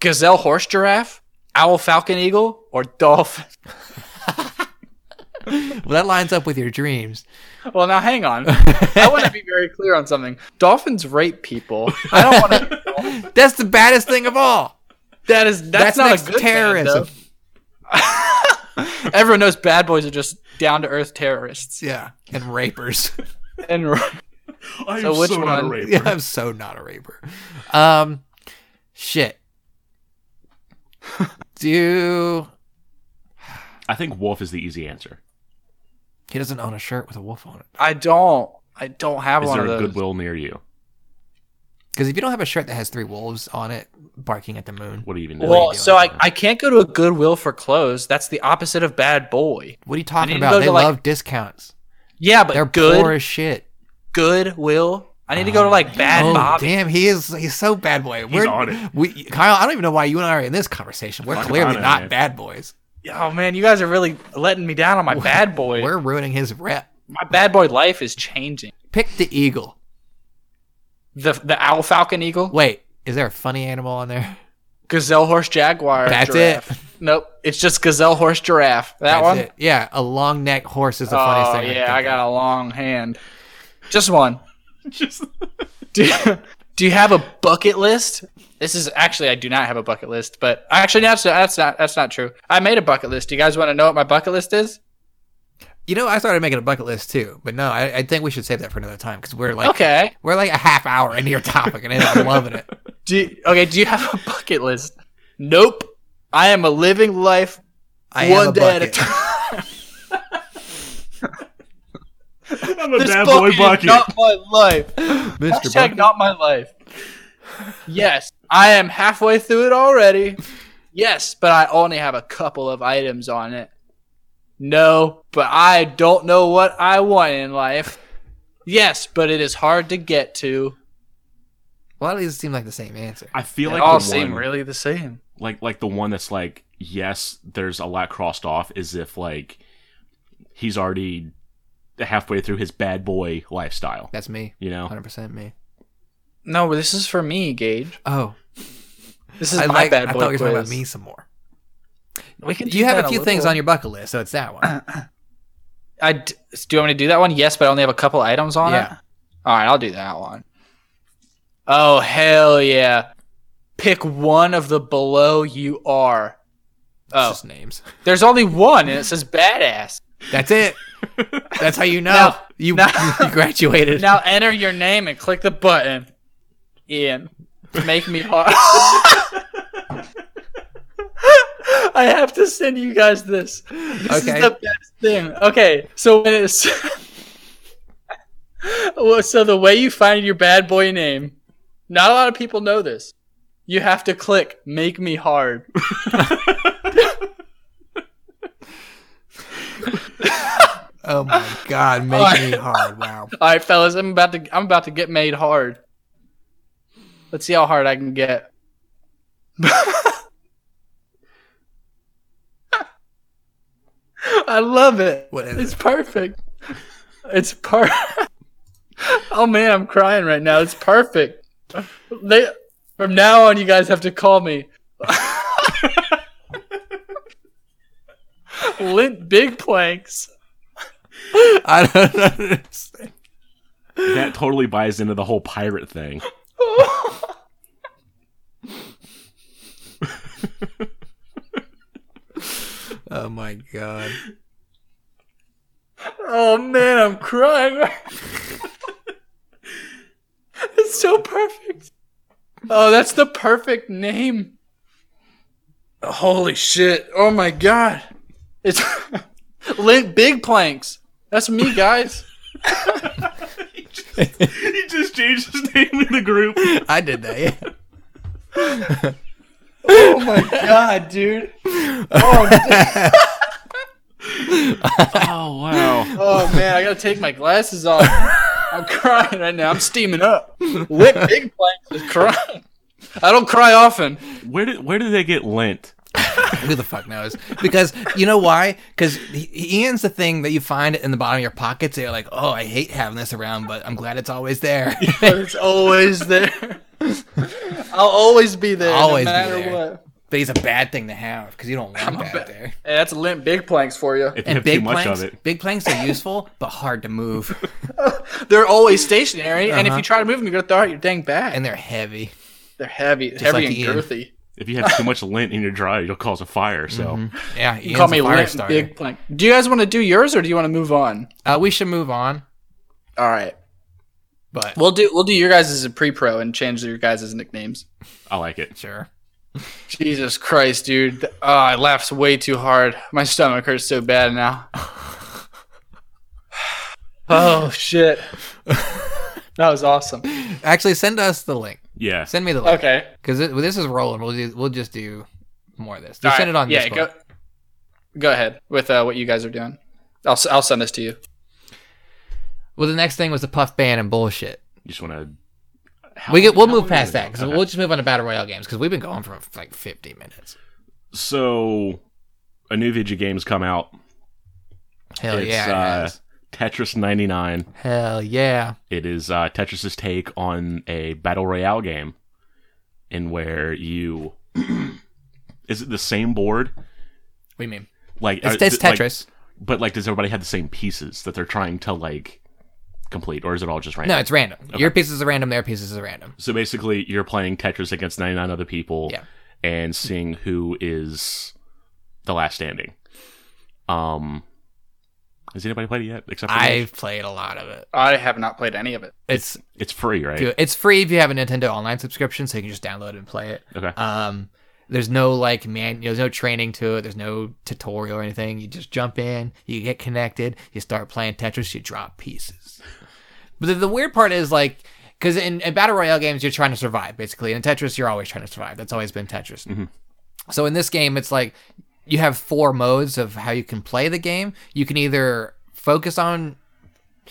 Gazelle, horse, giraffe, owl, falcon, eagle, or dolphin.
Well, that lines up with your dreams.
Well, now hang on. I want to be very clear on something. Dolphins rape people. I don't want to.
That's the baddest thing of all.
That is that's,
That's,
not
next
a good
terrorism.
terrorism. Everyone knows bad boys are just down to earth terrorists.
yeah, and rapers.
And ra-
I
So
am
which
so not a
one?
raper.
yeah, I'm so not a raper. Um, shit. Do
I think wolf is the easy answer.
he doesn't own a shirt with a wolf on it?
I don't. I don't have
Is
one
there
of
a
those.
goodwill near you?
Because if you don't have a shirt that has three wolves on it barking at the moon,
What do you even know?
Well,
doing?
so I, I can't go to a Goodwill for clothes. That's the opposite of bad boy.
what are
I
you talking
need to go
about? They
to, like-
love discounts.
Yeah, but
They're
good
poor as shit.
Goodwill. I need to go to like Bad
oh,
Bobby.
damn, he is—he's so bad boy. We're,
on it.
We, Kyle, I don't even know why you and I are in this conversation. We're
Fucking
clearly
on it,
not
man.
bad boys.
Oh man, you guys are really letting me down on my bad boy.
We're ruining his rep.
my bad boy life is changing.
Pick the eagle.
The the owl, falcon, eagle,
Wait, is there a funny animal on there?
gazelle, horse, jaguar.
That's
giraffe.
it.
Nope, it's just gazelle, horse, giraffe. That
That's
one.
it. Yeah, a long neck horse is the funniest
Oh
thing.
yeah, I
think of.
got a long hand. Just one.
Just
Do, do you have a bucket list? This is actually I do not have a bucket list, but actually that's that's not that's not true. I made a bucket list. Do you guys want to know what my bucket list is?
You know, I started making a bucket list too, but no, I, I think we should save that for another time because we're like
Okay.
we're like a half hour into your topic and I'm loving it.
Do you, okay. Do you have a bucket list? Nope. I am a living life
I
one
am a
day at a
bucket.
time.
I'm a
This
bad
bucket,
boy bucket.
is not my life.
Mr.
Hashtag not my life. Yes, I am halfway through it already. Yes, but I only have a couple of items on it. No, but I don't know what I want in life. Yes, but it is hard to get to.
Why do these seem like the same answer?
I feel
They
like
all
the
seem
one,
really the same.
like like the one that's like yes, there's a lot crossed off. Is if like he's already halfway through his bad boy lifestyle.
That's me,
You know,
hundred percent me.
No, but this is for me, Gage.
Oh,
This is
I
my
like.
bad
I
boy
thought you were
quiz.
talking about me some more.
We can. do
You have
that
a few things
little-
on your bucket list, so it's that one.
I d- do you want me to do that one? Yes, but I only have a couple items on
Yeah.
it. All right, I'll do that one. Oh hell yeah! Pick one of the below you are.
It's
Oh,
just names.
there's only one, and it says badass.
That's it. That's how you know
Now-
you,
now-
you graduated.
Now enter your name and click the button. Ian, make me hard. I have to send you guys this. This
Okay.
is the best thing. Okay, so when it's well, so the way you find your bad boy name, not a lot of people know this. You have to click "Make Me Hard."
Oh my god, make me hard. Wow.
All right, fellas, I'm about to I'm about to get made hard. Let's see how hard I can get. I love it.
What is
It's
it?
perfect. It's per. oh man, I'm crying right now. It's perfect. They from now on, you guys have to call me. Lint big planks.
I don't understand.
that totally buys into the whole pirate thing.
Oh my god.
Oh man, I'm crying. it's so perfect. Oh, that's the perfect name. Holy shit. Oh my god. It's Lint Big Planks. That's me, guys.
he, just, he just changed his name in the group.
I did that, yeah.
oh my god, dude.
Oh wow!
Oh man, I gotta take my glasses off. I'm crying right now. I'm steaming up. Lint Big Planks is crying. I don't cry often.
Where did where did they get lint?
Who the fuck knows? Because you know why? Because Ian's the thing that you find in the bottom of your pockets. They're like, oh, I hate having this around, but I'm glad it's always there.
but it's always there. I'll always be there,
Always
no
be
matter
there.
what.
but it's a bad thing to have because you don't want that
ba-
there.
Hey, that's limp big planks for you.
If you
And
have
big
too much
planks,
of it,
big planks are useful but hard to move,
They're always stationary, and if you try to move them, you're gonna throw out your dang back.
Uh-huh. and
And
they're heavy.
they're heavy, heavy
like
and
Ian.
girthy.
if you have too much lint in your dry, you'll cause a fire. So
Yeah, Ian's
You call
a
me
fire
limp
starter.
big plank. Do you guys want to do yours, or do you want to move on?
Uh, we should move on,
All right,
but
we'll do we'll do your guys as a pre-pro and change your guys' as nicknames.
I like it.
sure.
Jesus Christ, dude! Oh, I laughed way too hard. My stomach hurts so bad now. oh shit! that was awesome.
Actually, send us the link.
Yeah,
Send me the link
Okay.
because this is rolling. We'll do, we'll just do more of this. Just
All
send
right.
it on.
Yeah,
Discord.
go, go ahead with uh, what you guys are doing. I'll, s- I'll send this to you.
Well, the next thing was the puff ban and bullshit.
you just want to.
we get, we'll
how
move
long
past
did it
that
go?
'cause
Okay.
we'll just move on to battle royale games because we've been going for like 50 minutes.
So, a new video game's come out.
Hell
it's
yeah! it
uh,
has.
Tetris 99.
Hell yeah!
It is uh, Tetris's take on a battle royale game, in where you is it the same board?
We mean
Like
it's,
uh,
it's
th- like-
Tetris.
but like, does everybody have the same pieces that they're trying to like complete, or is it all just random?
no, it's random. Your pieces are random. Their pieces are random.
So basically, you're playing Tetris against 99 other people
Yeah.
and seeing who is the last standing. Um, has anybody played it yet? Except for me?
I've played a lot of it.
I have not played any of it.
It's
it's free, right?
good. It's free if you have a Nintendo Online subscription, so you can just download it and play it.
Okay.
Um, there's no like man, there's no training to it. There's no tutorial or anything. You just jump in, you get connected, you start playing Tetris, you drop pieces. But the, the weird part is like, because in, in battle royale games you're trying to survive basically, and in Tetris you're always trying to survive. That's always been Tetris. So in this game, it's like you have four modes of how you can play the game. You can either focus on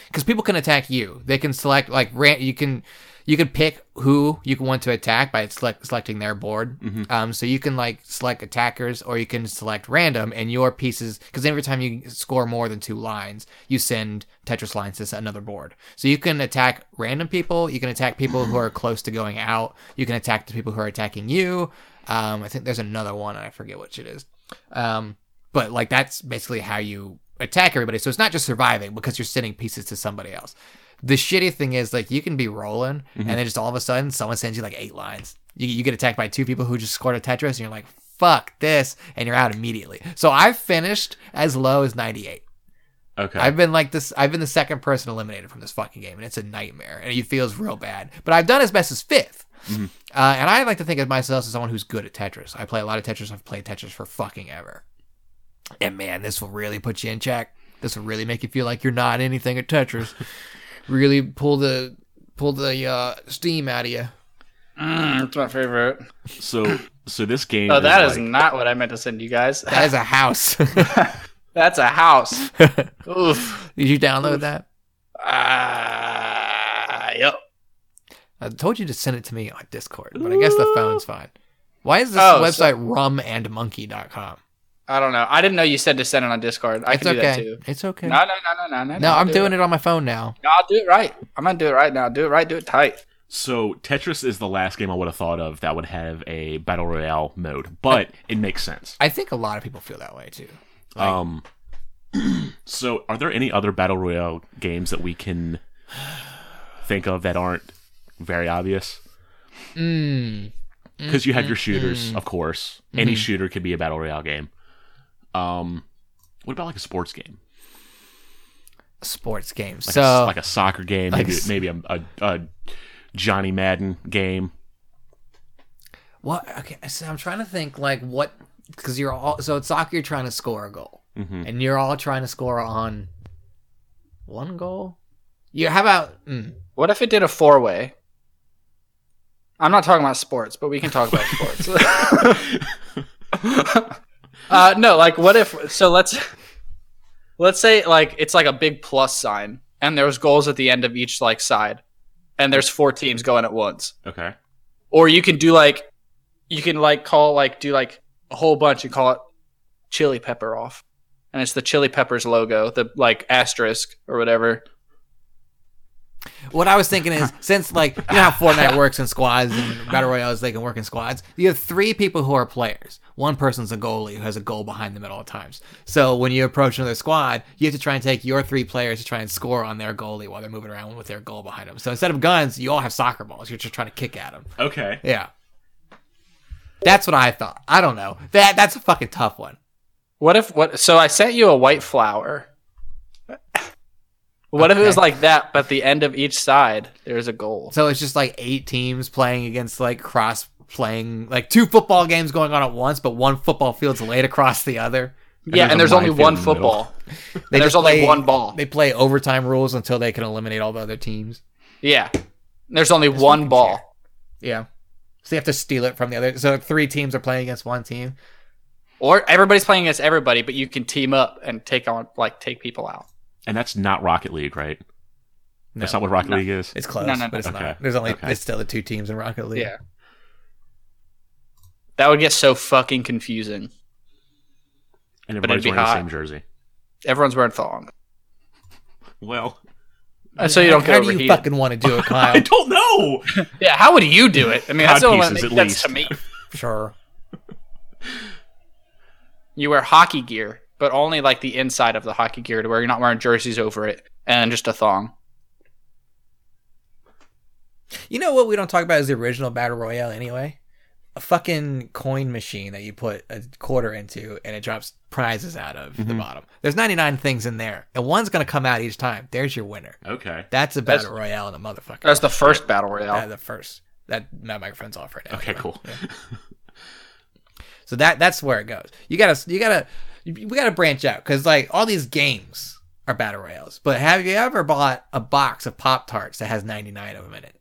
because people can attack you. They can select like ran- you can you can pick who you can want to attack by select- selecting their board. Um, so you can like select attackers or you can select random and your pieces because every time you score more than two lines, you send Tetris lines to another board. So you can attack random people. You can attack people who are close to going out. You can attack the people who are attacking you. Um, I think there's another one and I forget which it is. Um, but like that's basically how you attack everybody. So it's not just surviving because you're sending pieces to somebody else. The shitty thing is like you can be rolling and then just all of a sudden someone sends you like eight lines. You, you get attacked by two people who just scored a Tetris and you're like, fuck this. And you're out immediately. So I've finished as low as 98.
okay.
I've been like this. I've been the second person eliminated from this fucking game, and it's a nightmare. And it feels real bad. But I've done as best as fifth.
Mhm.
Uh, and I like to think of myself as someone who's good at Tetris. I play a lot of Tetris. I've played Tetris for fucking ever. And man, this will really put you in check. This will really make you feel like you're not anything at Tetris. really pull the pull the uh, steam out of you.
Mm, that's my favorite.
So so this game.
Oh, that
is
is
like-
not what I meant to send you guys.
That is a house.
That's a house. Oof.
Did you download that?
Ah, yep.
I told you to send it to me on Discord, but I guess the phone's fine. Why is this
Oh,
website rumandmonkey.com?
I don't know. I didn't know you said to send it on Discord. I
It's
can do that
okay.
too.
It's okay.
No, no, no, no, no, no.
no, I'm doing it on my phone now.
No, I'll do it right. I'm gonna do it right now. Do it right. Do it tight.
So Tetris is the last game I would have thought of that would have a battle royale mode, but it makes sense.
I think a lot of people feel that way too. Like-
Um. So, are there any other battle royale games that we can think of that aren't very obvious?
Hmm.
Mm.
Because you have your shooters, of course. Any shooter could be a battle royale game. Um, what about like a sports game,
Sports games.
like, a,
so
like a soccer game,
like
maybe
s-
maybe a, a, a Johnny Madden game?
what? Okay, so I'm trying to think like what because you're all so it's soccer. You're trying to score a goal,
hmm
and you're all trying to score on one goal. You how about mm,
What if it did a four way? I'm not talking about sports, but we can talk about sports. uh, no, like what if? So let's let's say like it's like a big plus sign, and there's goals at the end of each like side, and there's four teams going at once.
Okay.
Or you can do like you can like call like do like a whole bunch and call it chili pepper off, and it's the chili peppers logo, the like asterisk or whatever.
What I was thinking is, since like you know how Fortnite works in squads and battle royales, they can work in squads. You have three people who are players. One person's a goalie who has a goal behind them at all times. So when you approach another squad, you have to try and take your three players to try and score on their goalie while they're moving around with their goal behind them. So instead of guns, you all have soccer balls. You're just trying to kick at them.
Okay.
Yeah, that's what I thought. I don't know. That that's a fucking tough one.
What if what? So I sent you a white flower. What if it was
Okay.
like that, but the end of each side there's a goal?
So it's just like eight teams playing against like cross playing like two football games going on at once, but one football field's laid across the other.
yeah, and
there's
there's
a
only
minefield
one
in the middle.
football.
They
and there's
just
only
play-
one ball.
They play overtime rules until they can eliminate all the other teams.
yeah, And there's only
That's
one
fucking
ball.
Yeah. So you have to steal it from the other. So three teams are playing against one team.
Or everybody's playing against everybody, but you can team up and take on like take people out.
And that's not Rocket League, right?
No,
That's not what Rocket
No.
League is.
it's close,
No, no,
but it's
no. Okay.
not. There's only
Okay.
there's still the two teams in Rocket League.
Yeah. That would get so fucking confusing.
And
but it'd
everybody's
be
wearing the
hot.
same jersey.
Everyone's wearing thong,
Well,
Uh, so you don't
How
get
do
overheated.
you fucking want to do it, Kyle?
I don't know.
yeah, how would you do it? I mean, that's the only one that
Codpieces,
makes
at
sense to me.
sure.
you wear hockey gear, but only like the inside of the hockey gear to where you're not wearing jerseys over it and just a thong.
You know what we don't talk about is the original battle royale anyway. A fucking coin machine that you put a quarter into and it drops prizes out of the
Mm-hmm.
Mhm.
bottom. There's 99 things in there, and one's gonna come out each time. There's your winner.
Okay.
That's a
That's-
battle royale in a motherfucker.
That's the first battle royale.
Uh, the first. That my microphone's off right now.
Okay, cool.
So that that's where it goes. You gotta you gotta we gotta branch out because like all these games are battle royales. But have you ever bought a box of Pop Tarts that has ninety nine of them in it?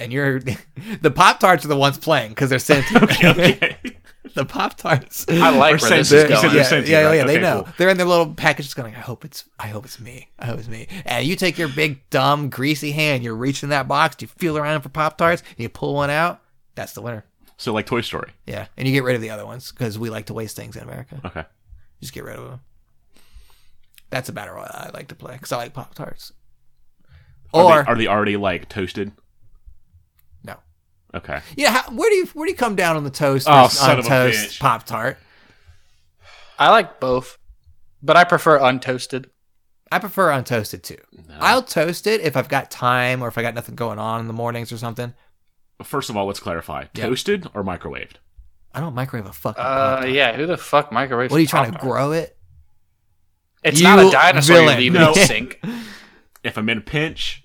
And you're the Pop Tarts are the ones playing because they're sentient.
okay.
the Pop Tarts.
I like where
Or
this
same-
is
you said
going.
they're
yeah,
sentient,
yeah,
right?
yeah, they
Okay,
know.
cool.
They're in their little package, just going. I hope it's, I hope it's me. I hope it's me. And you take your big dumb greasy hand, you reach in that box, you feel around for Pop Tarts, you pull one out. That's the winner.
So like Toy Story.
Yeah, and you get rid of the other ones because we like to waste things in America.
Okay.
Just get rid of them. That's a battle royale I like to play because I like Pop Tarts. Or
are they, are they already like toasted?
No.
Okay.
yeah, how, where do you where do you come down on the toast?
Oh,
versus
son of a
untoast
bitch.
Pop Tart.
I like both, but I prefer untoasted.
I prefer untoasted too.
No.
I'll toast it if I've got time or if I got nothing going on in the mornings or something.
First of all, let's clarify:
Yeah.
toasted or microwaved?
I don't microwave a fucking.
Uh,
Pop-Tart.
yeah. Who the fuck microwaves?
What are you trying to
Pop-Tart?
grow it?
It's
You
not a dinosaur
villain.
you leave in
No.
the sink.
If I'm in a pinch,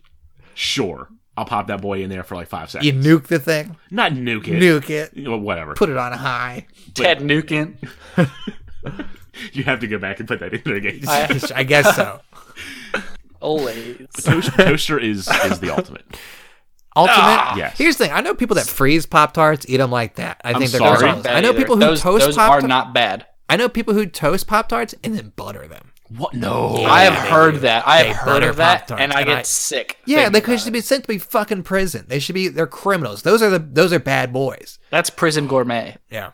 sure, I'll pop that boy in there for like five seconds.
You nuke the thing,
Not nuke it.
nuke it,
You know, whatever.
put it on high.
Ted Nugent.
you have to go back and put that in there again.
I-
I guess so.
Always.
Toast- toaster is is the ultimate.
Ultimate.
Ah.
Yes.
Here's the thing. I know people that freeze Pop Tarts eat them like that. I think they're
sorry.
gross.
Bad
I know
either.
people who
those,
toast
those
Pop
are
Tarts.
not bad.
I know people who toast Pop Tarts and then butter them.
What? No.
I have
they
heard
do.
that. I
They
have heard
butter
of that,
Pop-Tarts,
and I
and
get
I-
sick. thinking
Yeah, they
about
could
it.
should be sent to be fucking prison. They should be. They're criminals. Those are the. Those are bad boys.
That's prison gourmet.
Yeah.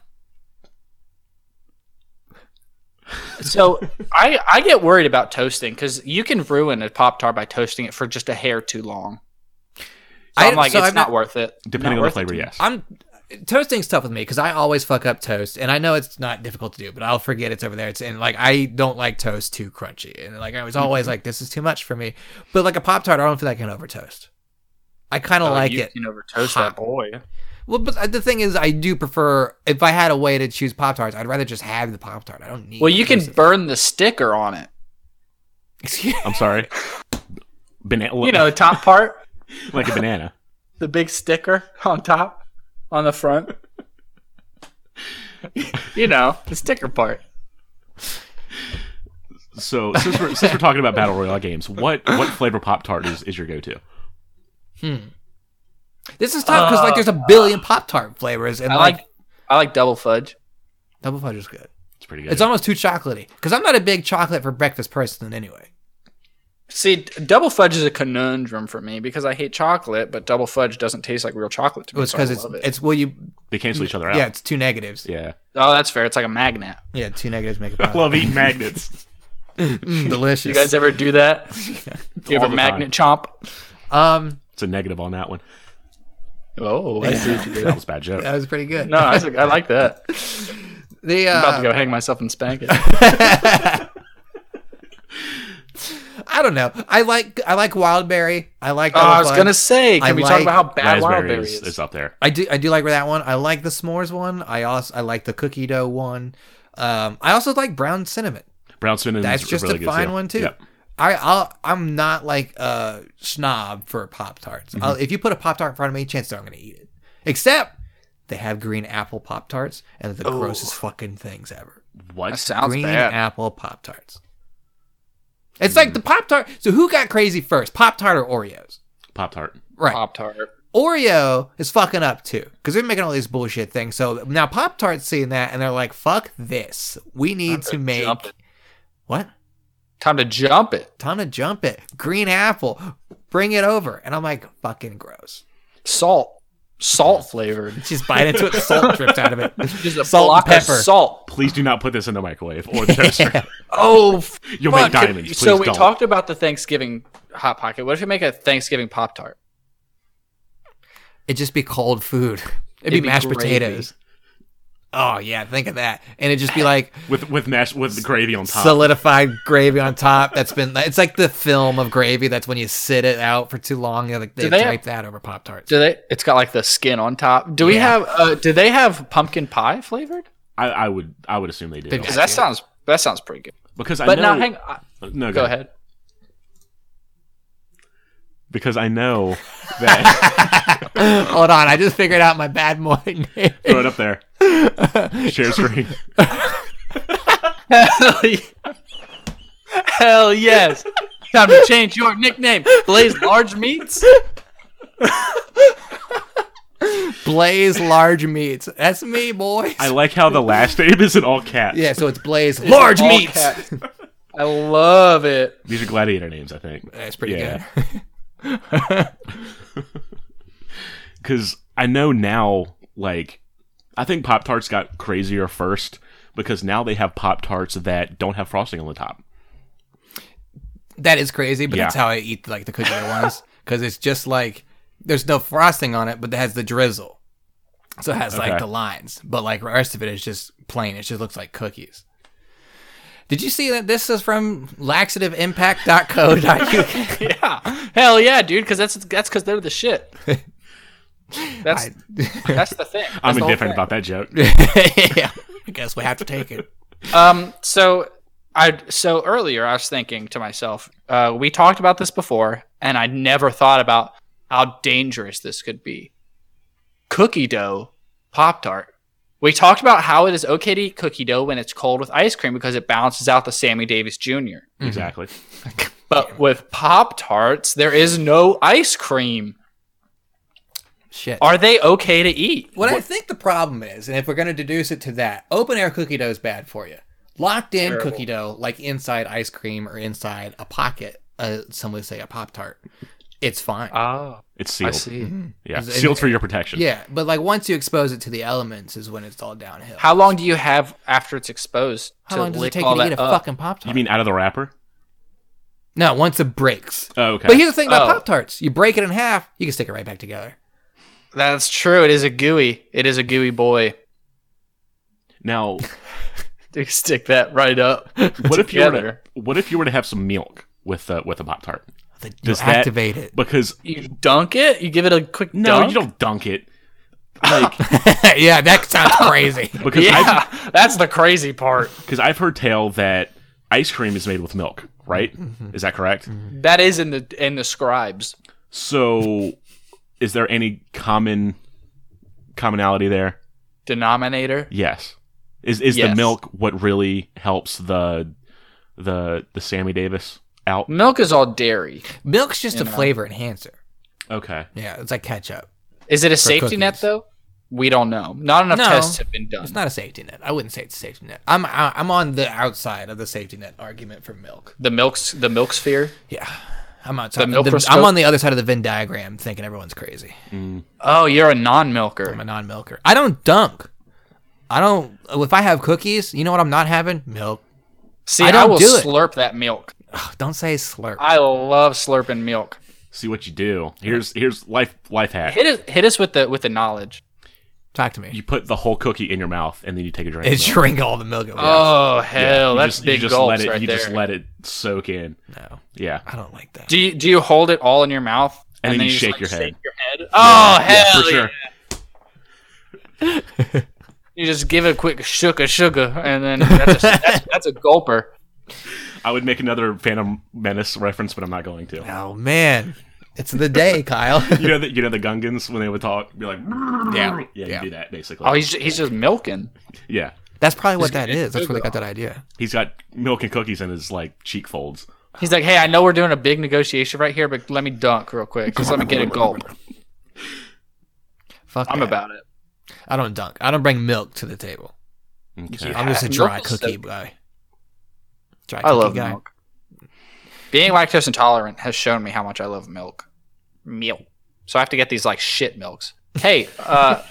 So I I get worried about toasting because you can ruin a pop tart by toasting it for just a hair too long. So
I-
I, am like,
so
it's
I've
not
not-
worth it. Not
Depending on the
worth it
flavor,
to me.
yes.
I'm toasting's tough with me because I always fuck up toast, and I know it's not difficult to do, but I'll forget it's over there. It's and like I don't like toast too crunchy, and like I was always like this is too much for me. But like a pop tart, I don't feel like I can over toast. I kind of
Oh,
like
you
it.
Can over toast
hot.
that boy.
Well, but the thing is, I do prefer if I had a way to choose pop tarts, I'd rather just have the pop tart. I don't need.
Well, you can
toasted-
burn the sticker on it.
Excuse-
I'm sorry. Banana.
You know, the top part,
like a banana.
the big sticker on top, on the front. you know, the sticker part.
So since we're, since we're talking about battle royale games, what what flavor pop tart is, is your go to?
Hmm.
This is tough because like there's a billion pop tart flavors, and
Uh, I
like,
like I like double fudge.
double fudge is good.
It's pretty good.
It's almost too chocolatey because I'm not a big chocolate for breakfast person anyway.
See, d- double fudge is a conundrum for me because I hate chocolate, but double fudge doesn't taste like real chocolate to
It
me.
was
so I
because it's
love it.
it's well you
they cancel each other out.
yeah it's two negatives.
Yeah.
oh, that's fair. It's like a magnet.
Yeah, two negatives make a pop.
Love eating magnets.
Mm, delicious.
You guys ever do that? You
All
ever
the
magnet chomp?
um,
It's a negative on that one.
Oh, I see.
That was a bad joke.
that was pretty good.
No, I, was- I like that. I'm
the uh,
about to go hang myself and spank it. Oh,
I don't know. I like I like wildberry. I like.
Oh, I was
Double
gonna
Fudge.
say, can
I
we
like
talk about how bad
Raspberry
Wildberry
is,
is?
is up there.
I do I do like that one. I like the s'mores one. I also I like the cookie dough one. Um, I also like brown cinnamon.
Brown cinnamon. is
That's just
really
a
good
fine one too.
Yep.
I I'll, I'm not like a snob for pop tarts. I'll If you put a pop tart in front of me, chances are I'm gonna eat it. Except they have green apple pop tarts, and they're the
Ooh.
grossest fucking things ever.
That
What?
sounds
green
bad.
apple pop tarts. It's like the pop tart. So who got crazy first, pop tart or Oreos?
Pop tart.
Right.
Pop tart.
Oreo is fucking up too because they're making all these bullshit things. So now pop tarts seeing that and they're like, "Fuck this! We need to make
Jump it.
what?
Time to jump it.
Time to jump it. Green apple, bring it over." And I'm like, "Fucking gross."
Salt, salt flavored.
Just bite into it, salt drips out of it.
Just a
Salt
block
and pepper.
of salt.
Please do not put this in the microwave or the toaster.
Oh,
You'll
fuck.
make diamonds. Please
so we
don't.
talked about the Thanksgiving hot pocket. What if you make a Thanksgiving pop tart?
It'd just be cold food. It'd, be,
It'd be
mashed
gravy.
potatoes. Oh yeah, think of that. And it'd just be like
with with mash with gravy on top.
solidified gravy on top. That's been it's like the film of gravy. That's when you sit it out for too long. You're like they,
Do they
drape that over pop tarts.
Do they? It's got like the skin on top. Do we
Yeah.
have? Uh, do they have pumpkin pie flavored?
I, I would I would assume they do
They've-
Because that sounds that sounds pretty good.
because I
But
know. Uh,
now, hang. On.
no,
Go ahead.
Because I know that
Hold on, I just figured out my bad boy name.
throw it up there. Share screen.
Hell, yeah. Hell yes. Time to change your nickname. Blaze Large Meats.
Blaze large meats. That's me, boys.
I like how the last name is in all caps.
yeah, so it's Blaze large
All
meats.
caps. I love it.
These are gladiator names, I think.
That's pretty
Yeah.
good.
Because I know now, like, I think Pop Tarts got crazier first because now they have Pop Tarts that don't have frosting on the top.
That is crazy, but
Yeah.
that's how I eat like the cookie dough ones because it's just like there's no frosting on it, but it has the drizzle, so it has like
Okay.
the lines. But like the rest of it is just plain. It just looks like cookies. Did you see that this is from laxativeimpact.co.uk?
Yeah. Hell yeah, dude. Because that's that's because they're the shit. That's that's the thing.
I'm
That's the whole
indifferent
thing.
about that joke.
yeah, I guess we have to take it.
Um. So I so earlier I was thinking to myself. Uh, we talked about this before, and I never thought about how dangerous this could be. Cookie dough Pop Tart. We talked about how it is okay to eat cookie dough when it's cold with ice cream because it balances out the Sammy Davis Jr.
Exactly.
But with Pop Tarts, there is no ice cream.
Shit.
Are they okay to eat?
What I think the problem is, and if we're going to deduce it to that, open air cookie dough is bad for you. Locked in
Terrible.
cookie dough, like inside ice cream or inside a pocket, uh, some would say a Pop Tart, it's fine.
Oh,
It's
I
sealed.
see.
Mm-hmm.
Yeah,
Is it-
sealed for your protection.
yeah, but like once you expose it to the elements is when it's all downhill.
How long do you have after it's exposed
How
to
long does it
lick
take
all
you to
that
eat a
up?
fucking Pop Tart?
You mean out of the wrapper?
no, once it breaks.
Oh, okay.
But here's the thing about
Oh.
Pop Tarts you break it in half, you can stick it right back together.
That's true. It is a gooey. It is a gooey boy.
now,
You stick that right up.
what if you were to,
together.
what if you were to have some milk with uh, with a pop tart?
The, you
Does that-
activate it.
Because
you dunk it? You give it a quick
no,
dunk?
you don't dunk it. Like
yeah, that sounds crazy.
because I've,
Yeah, that's the crazy part.
because I've heard tale that ice cream is made with milk, right?
Mm-hmm.
Is that correct?
That is in the in the scribes.
So, is there any common commonality there?
Denominator.
Yes. Is is the
Yes.
milk what really helps the the the Sammy Davis out?
Milk is all dairy.
Milk's just a
know.
flavor enhancer.
Okay.
Yeah, it's like ketchup.
Is it a safety net
cookies.
though? We don't know. Not enough
No.
tests have been done.
It's not a safety net. I wouldn't say it's a safety net. I'm I- I'm on the outside of the safety net argument for milk.
the milk's the milk sphere.
Yeah, I'm outside.
The
the-
milkroscope?
I'm on the other side of the Venn diagram, thinking everyone's crazy.
Oh, you're a non-milker.
I'm a non-milker. I don't dunk. I don't. If I have cookies, you know what I'm not having? Milk.
See,
I
I,
don't
will
do it.
slurp that milk.
Ugh, don't say slurp.
I love slurping milk.
See what you do. Here's here's life life hack.
Hit us, hit us with the with the knowledge.
Talk to me.
You put the whole cookie in your mouth and then you take a drink.
And
of milk.
drink all the milk. at once.
Oh
Yeah,
hell,
you
that's
just-
big
you just
gulps
let it,
right
You
there.
just let it soak in.
no,
Yeah.
I don't like that.
do you do you hold it all in your mouth
And then you
just,
shake
like,
your head.
head? Oh
Yeah,
hell,
for
yeah.
sure.
You just give it a quick shook a sugar, and then that's a, that's, that's a gulper.
I would make another Phantom Menace reference, but I'm not going to.
Oh man, it's the day, Kyle.
You know the you know the Gungans when they would talk, be like, yeah, yeah,
Yeah.
you do that basically.
Oh, he's he's just milking.
yeah,
That's probably what that is. That's where they got that idea.
he's got milk and cookies in his like cheek folds.
He's like, hey, I know we're doing a big negotiation right here, but let me dunk real quick. Just let me get a gulp.
Fuck.
I'm
that.
about it.
I don't dunk. I don't bring milk to the table.
Okay.
Yeah.
I'm just a
milk
dry
is
cookie
so-
guy. Dry
I
cookie
love
guy.
milk. Being lactose intolerant has shown me how much I love milk. Milk. So I have to get these like shit milks. Hey, uh,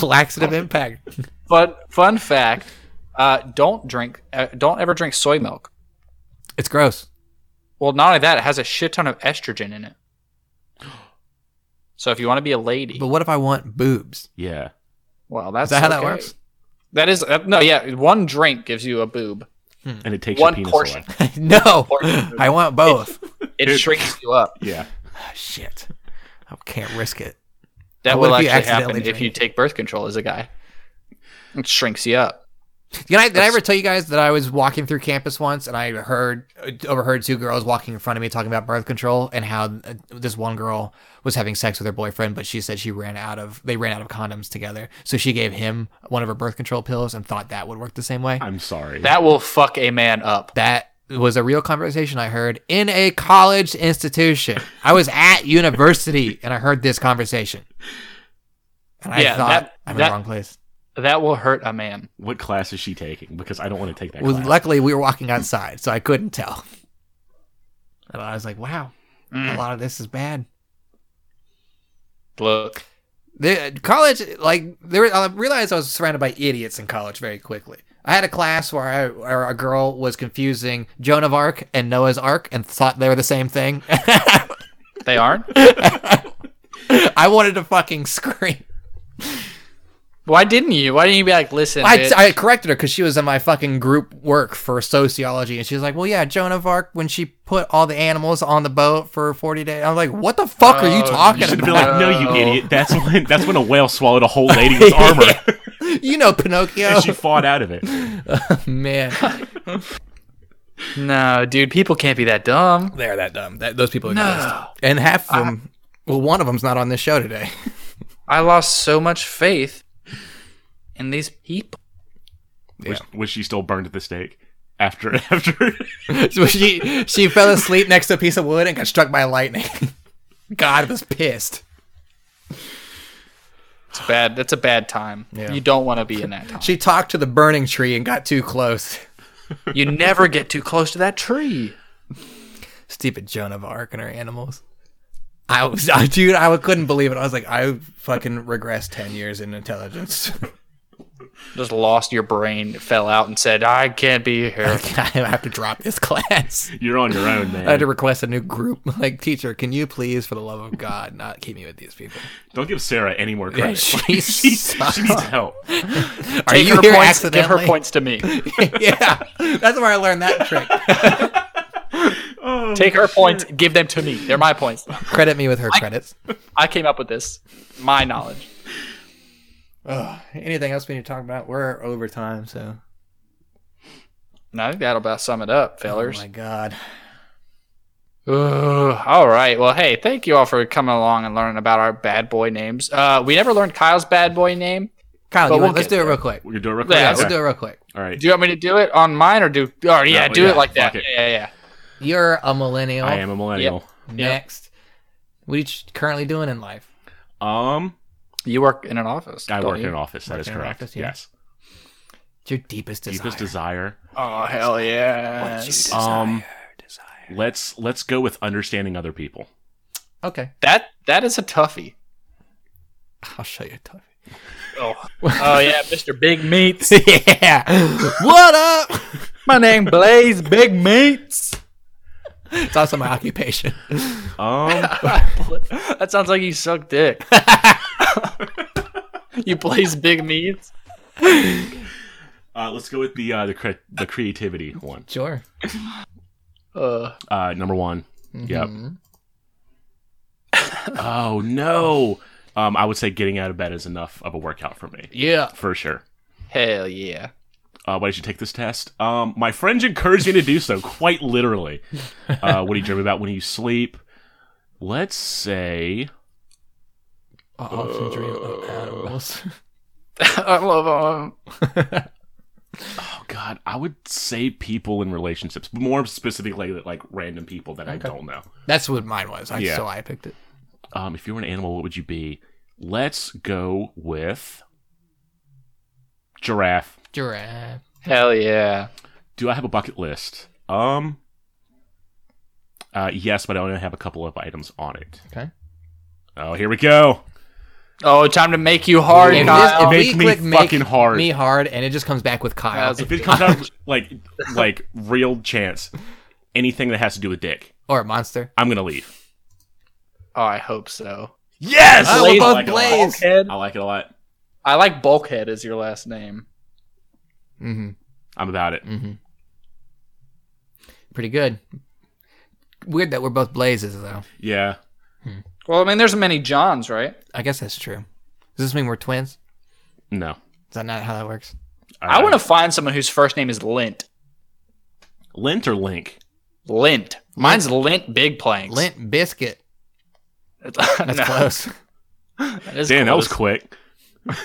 Laxative impact.
fun fun fact: uh, don't drink, uh, don't ever drink soy milk.
It's gross.
Well, not only that, it has a shit ton of estrogen in it. So if you want to be a lady,
But what if I want boobs?
Yeah.
well, that's
Is that how that
okay.
works?
That is uh, no, yeah. One drink gives you a boob.
and it takes
One
your penis
portion.
away.
no, I want both.
It shrinks you up.
Yeah,
Ah, Shit, I can't risk it.
That
What
will
if you
actually
accidentally
happen if
drink
you
it?
take birth control as a guy. It shrinks you up.
Did I, did I ever tell you guys that I was walking through campus once and I heard overheard two girls walking in front of me talking about birth control and how uh, this one girl was having sex with her boyfriend, but she said she ran out of they ran out of condoms together, so she gave him one of her birth control pills and thought that would work the same way.
I'm sorry.
That will fuck a man up.
That was a real conversation I heard in a college institution. I was at university and I heard this conversation. And I
Yeah,
thought
that-
I'm in
that-
the wrong place.
That will hurt a man.
what class is she taking? Because I don't want to take that
Well,
class.
luckily we were walking outside, so I couldn't tell. And I was like, wow,
Mm.
a lot of this is bad.
Look,
The college, like, there, I realized I was surrounded by idiots in college very quickly. I had a class where, I, where a girl was confusing Joan of Arc and Noah's Ark and thought they were the same thing.
they aren't.
I wanted to fucking scream.
Why didn't you? Why didn't you be like, listen?
I,
bitch,
I corrected her because she was in my fucking group work for sociology, and she was like, "Well, yeah, Joan of Arc when she put all the animals on the boat for forty days." I was like, "What the fuck are you
Oh,
you
talking
should be
about?
like, no,
No.
you idiot. That's when that's when a whale swallowed a whole lady's armor
you know, Pinocchio,
and she fought out of it.
man."
No, dude, people can't be that dumb.
They're that dumb. That, those people exist.
No.
And half of them, well, one of them's not on this show today.
I lost so much faith in these people.
Yeah.
Was, was she still burned at the stake after after?
so she she fell asleep next to a piece of wood and got struck by lightning. God was pissed.
It's bad. That's a bad time.
Yeah.
You don't want to be in that time.
She talked to the burning tree and got too close.
you never get too close to that tree.
Stupid Joan of Arc and her animals. I was, I, dude, I couldn't believe it. I was like, I fucking regressed ten years in intelligence.
Just lost your brain, fell out, and said, "I can't be here."
I have to drop this class.
You're on your own,
I had to
man.
request a new group. Like, teacher, can you please, for the love of God, not keep me with these people?
Don't give Sarah any more
Yeah,
credit.
she
she,
sucks.
she needs help.
Are
Take
you
her
here
points,
accidentally?
Give her points to me.
yeah, that's where I learned that trick.
Oh.
Take her points, give them to me. They're my points.
Credit me with her credits.
I came up with this. My knowledge.
Ugh, anything else we need to talk about? We're over time, so.
And I think that'll about sum it up,
Oh
fellers.
my god.
Ugh, all right. Well, hey, thank you all for coming along and learning about our bad boy names. Uh, we never learned Kyle's bad boy name.
Kyle,
But
you want-
we'll
let's
get
do it real quick.
We're gonna do it real quick.
Yeah,
Yeah,
Okay.
we'll do it real quick.
All right.
Do you want me to do it on mine or do? Or yeah,
No,
do
yeah,
it like that.
fuck it.
Yeah, yeah, yeah.
You're a millennial.
I am a millennial.
Next. What are you ch- currently doing in life?
Um,
You work in an office.
I
don't
work
you?
in an office. That
Work
is
in an
correct.
office, yeah.
Yes.
It's your deepest desire.
Deepest desire.
Oh hell yeah!
What's your
Um,
desire, desire.
Let's let's go with understanding other people.
Okay.
That that is a toughie.
I'll show you a tough.
Oh, oh yeah, Mr. Big Meats.
yeah. what up?
My name Blaze Big Meats.
It's also my occupation.
Um,
that sounds like you suck dick. you Blaze Big Meats.
uh, let's go with the uh, the cre- the creativity one.
Sure.
Uh,
Uh, number one.
Mhm.
Yep. Oh no. Um, I would say getting out of bed is enough of a workout for me,
Yeah.
for sure.
hell yeah.
Uh, why did you take this test? Um, my friends encouraged me to do so, quite literally. Uh, what do you dream about when you sleep? Let's say Uh,
I often dream of animals.
I love um,
Oh God, I would say people in relationships, but more specifically like random people that I don't know.
That's what mine was. I,
Yeah.
So I picked it.
Um, if you were an animal, what would you be? Let's go with giraffe.
Giraffe.
hell yeah.
Do I have a bucket list? Um, uh, yes, but I only have a couple of items on it.
Okay.
Oh, here we go.
Oh, time to make you hard,
If
Kyle.
this-
Make me fucking hard.
Me hard, and it just comes back with Kyle.
Kyle's-
If it comes out like like real chance, anything that has to do with dick,
or a monster.
I'm gonna leave.
oh, I hope so.
Yes,
Oh,
we're
I
both
like it a lot.
Blaze.
Bulkhead.
I like it a lot.
I like Bulkhead as your last name.
Mm-hmm.
I'm about it.
Mm-hmm. Pretty good. Weird that we're both blazes, though.
Yeah.
Well, I mean, there's many Johns, right?
I guess that's true. Does this mean we're twins?
No. Uh,
Is that not how that works?
I want to find someone whose first name is Lint.
lint or link.
Lint. Mine's Lint Big Planks.
Lint biscuit.
That's
That's close.
That is
Damn, that was
close.
quick.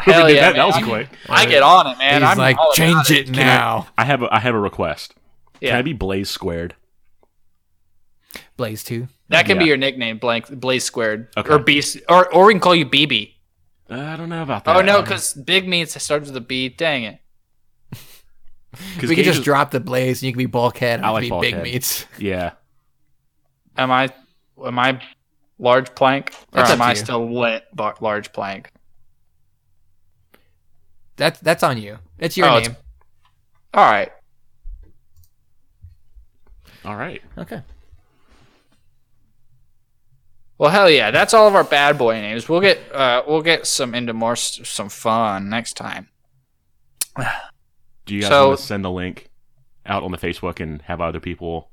Hell
We did
yeah,
that, that was
man.
quick.
I get on it, man.
He's
I'm
like,
all about
change it
Can I-
now.
I have a I have a request. Can
Yeah,
I be Blaze squared?
Blaze two.
that can be
yeah.
your nickname, blank Blaze Squared,
Okay.
or B, or or we can call you BB.
Uh, I don't know about that.
Oh no, because Big Meats starts with a B. Dang it.
because
We could just drop the blaze, and you could be bulkhead. and
I
I
like
could be
Bulkhead.
big meats.
Yeah,
Am I am I large plank or
That's
am
up to
I
you.
still lint bar- large plank?
That's that's on you. It's your
Oh, it's-
name.
All right.
all right.
Okay.
Well, hell yeah, that's all of our bad boy names. We'll get uh, we'll get some into more s- some fun next time.
Do you guys
So-
want to send a link out on the Facebook and have other people?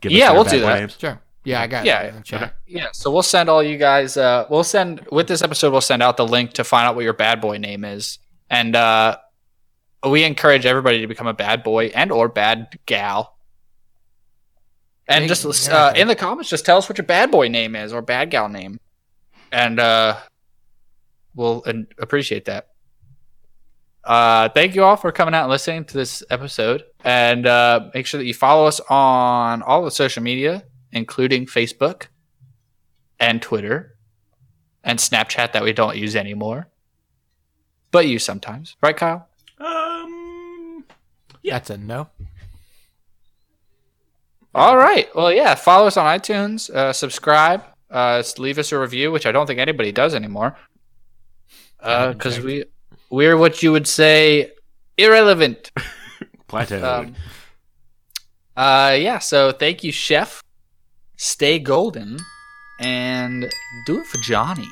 Give
Yeah,
their
we'll
bad
do
boy
that.
names?
Sure. Yeah, I got
Yeah,
it. in the chat.
Yeah, so we'll send all you guys. Uh, we'll send with this episode. We'll send out the link to find out what your bad boy name is, and uh, we encourage everybody to become a bad boy and or bad gal. And
Hey,
just uh,
yeah.
in the comments, just tell us what your bad boy name is or bad gal name, and uh, we'll and appreciate that. Uh, thank you all for coming out and listening to this episode, and uh, make sure that you follow us on all the social media, including Facebook and Twitter and Snapchat that we don't use anymore, but use sometimes, right, Kyle?
Um,
That's a no.
All right. Well, yeah. Follow us on iTunes. Uh, subscribe. Uh, s- leave us a review, which I don't think anybody does anymore.
haven't
Because
checked.
we we're what you would say irrelevant.
plateau.
Um, uh, yeah. So thank you, Chef. Stay golden, and do it for Johnny.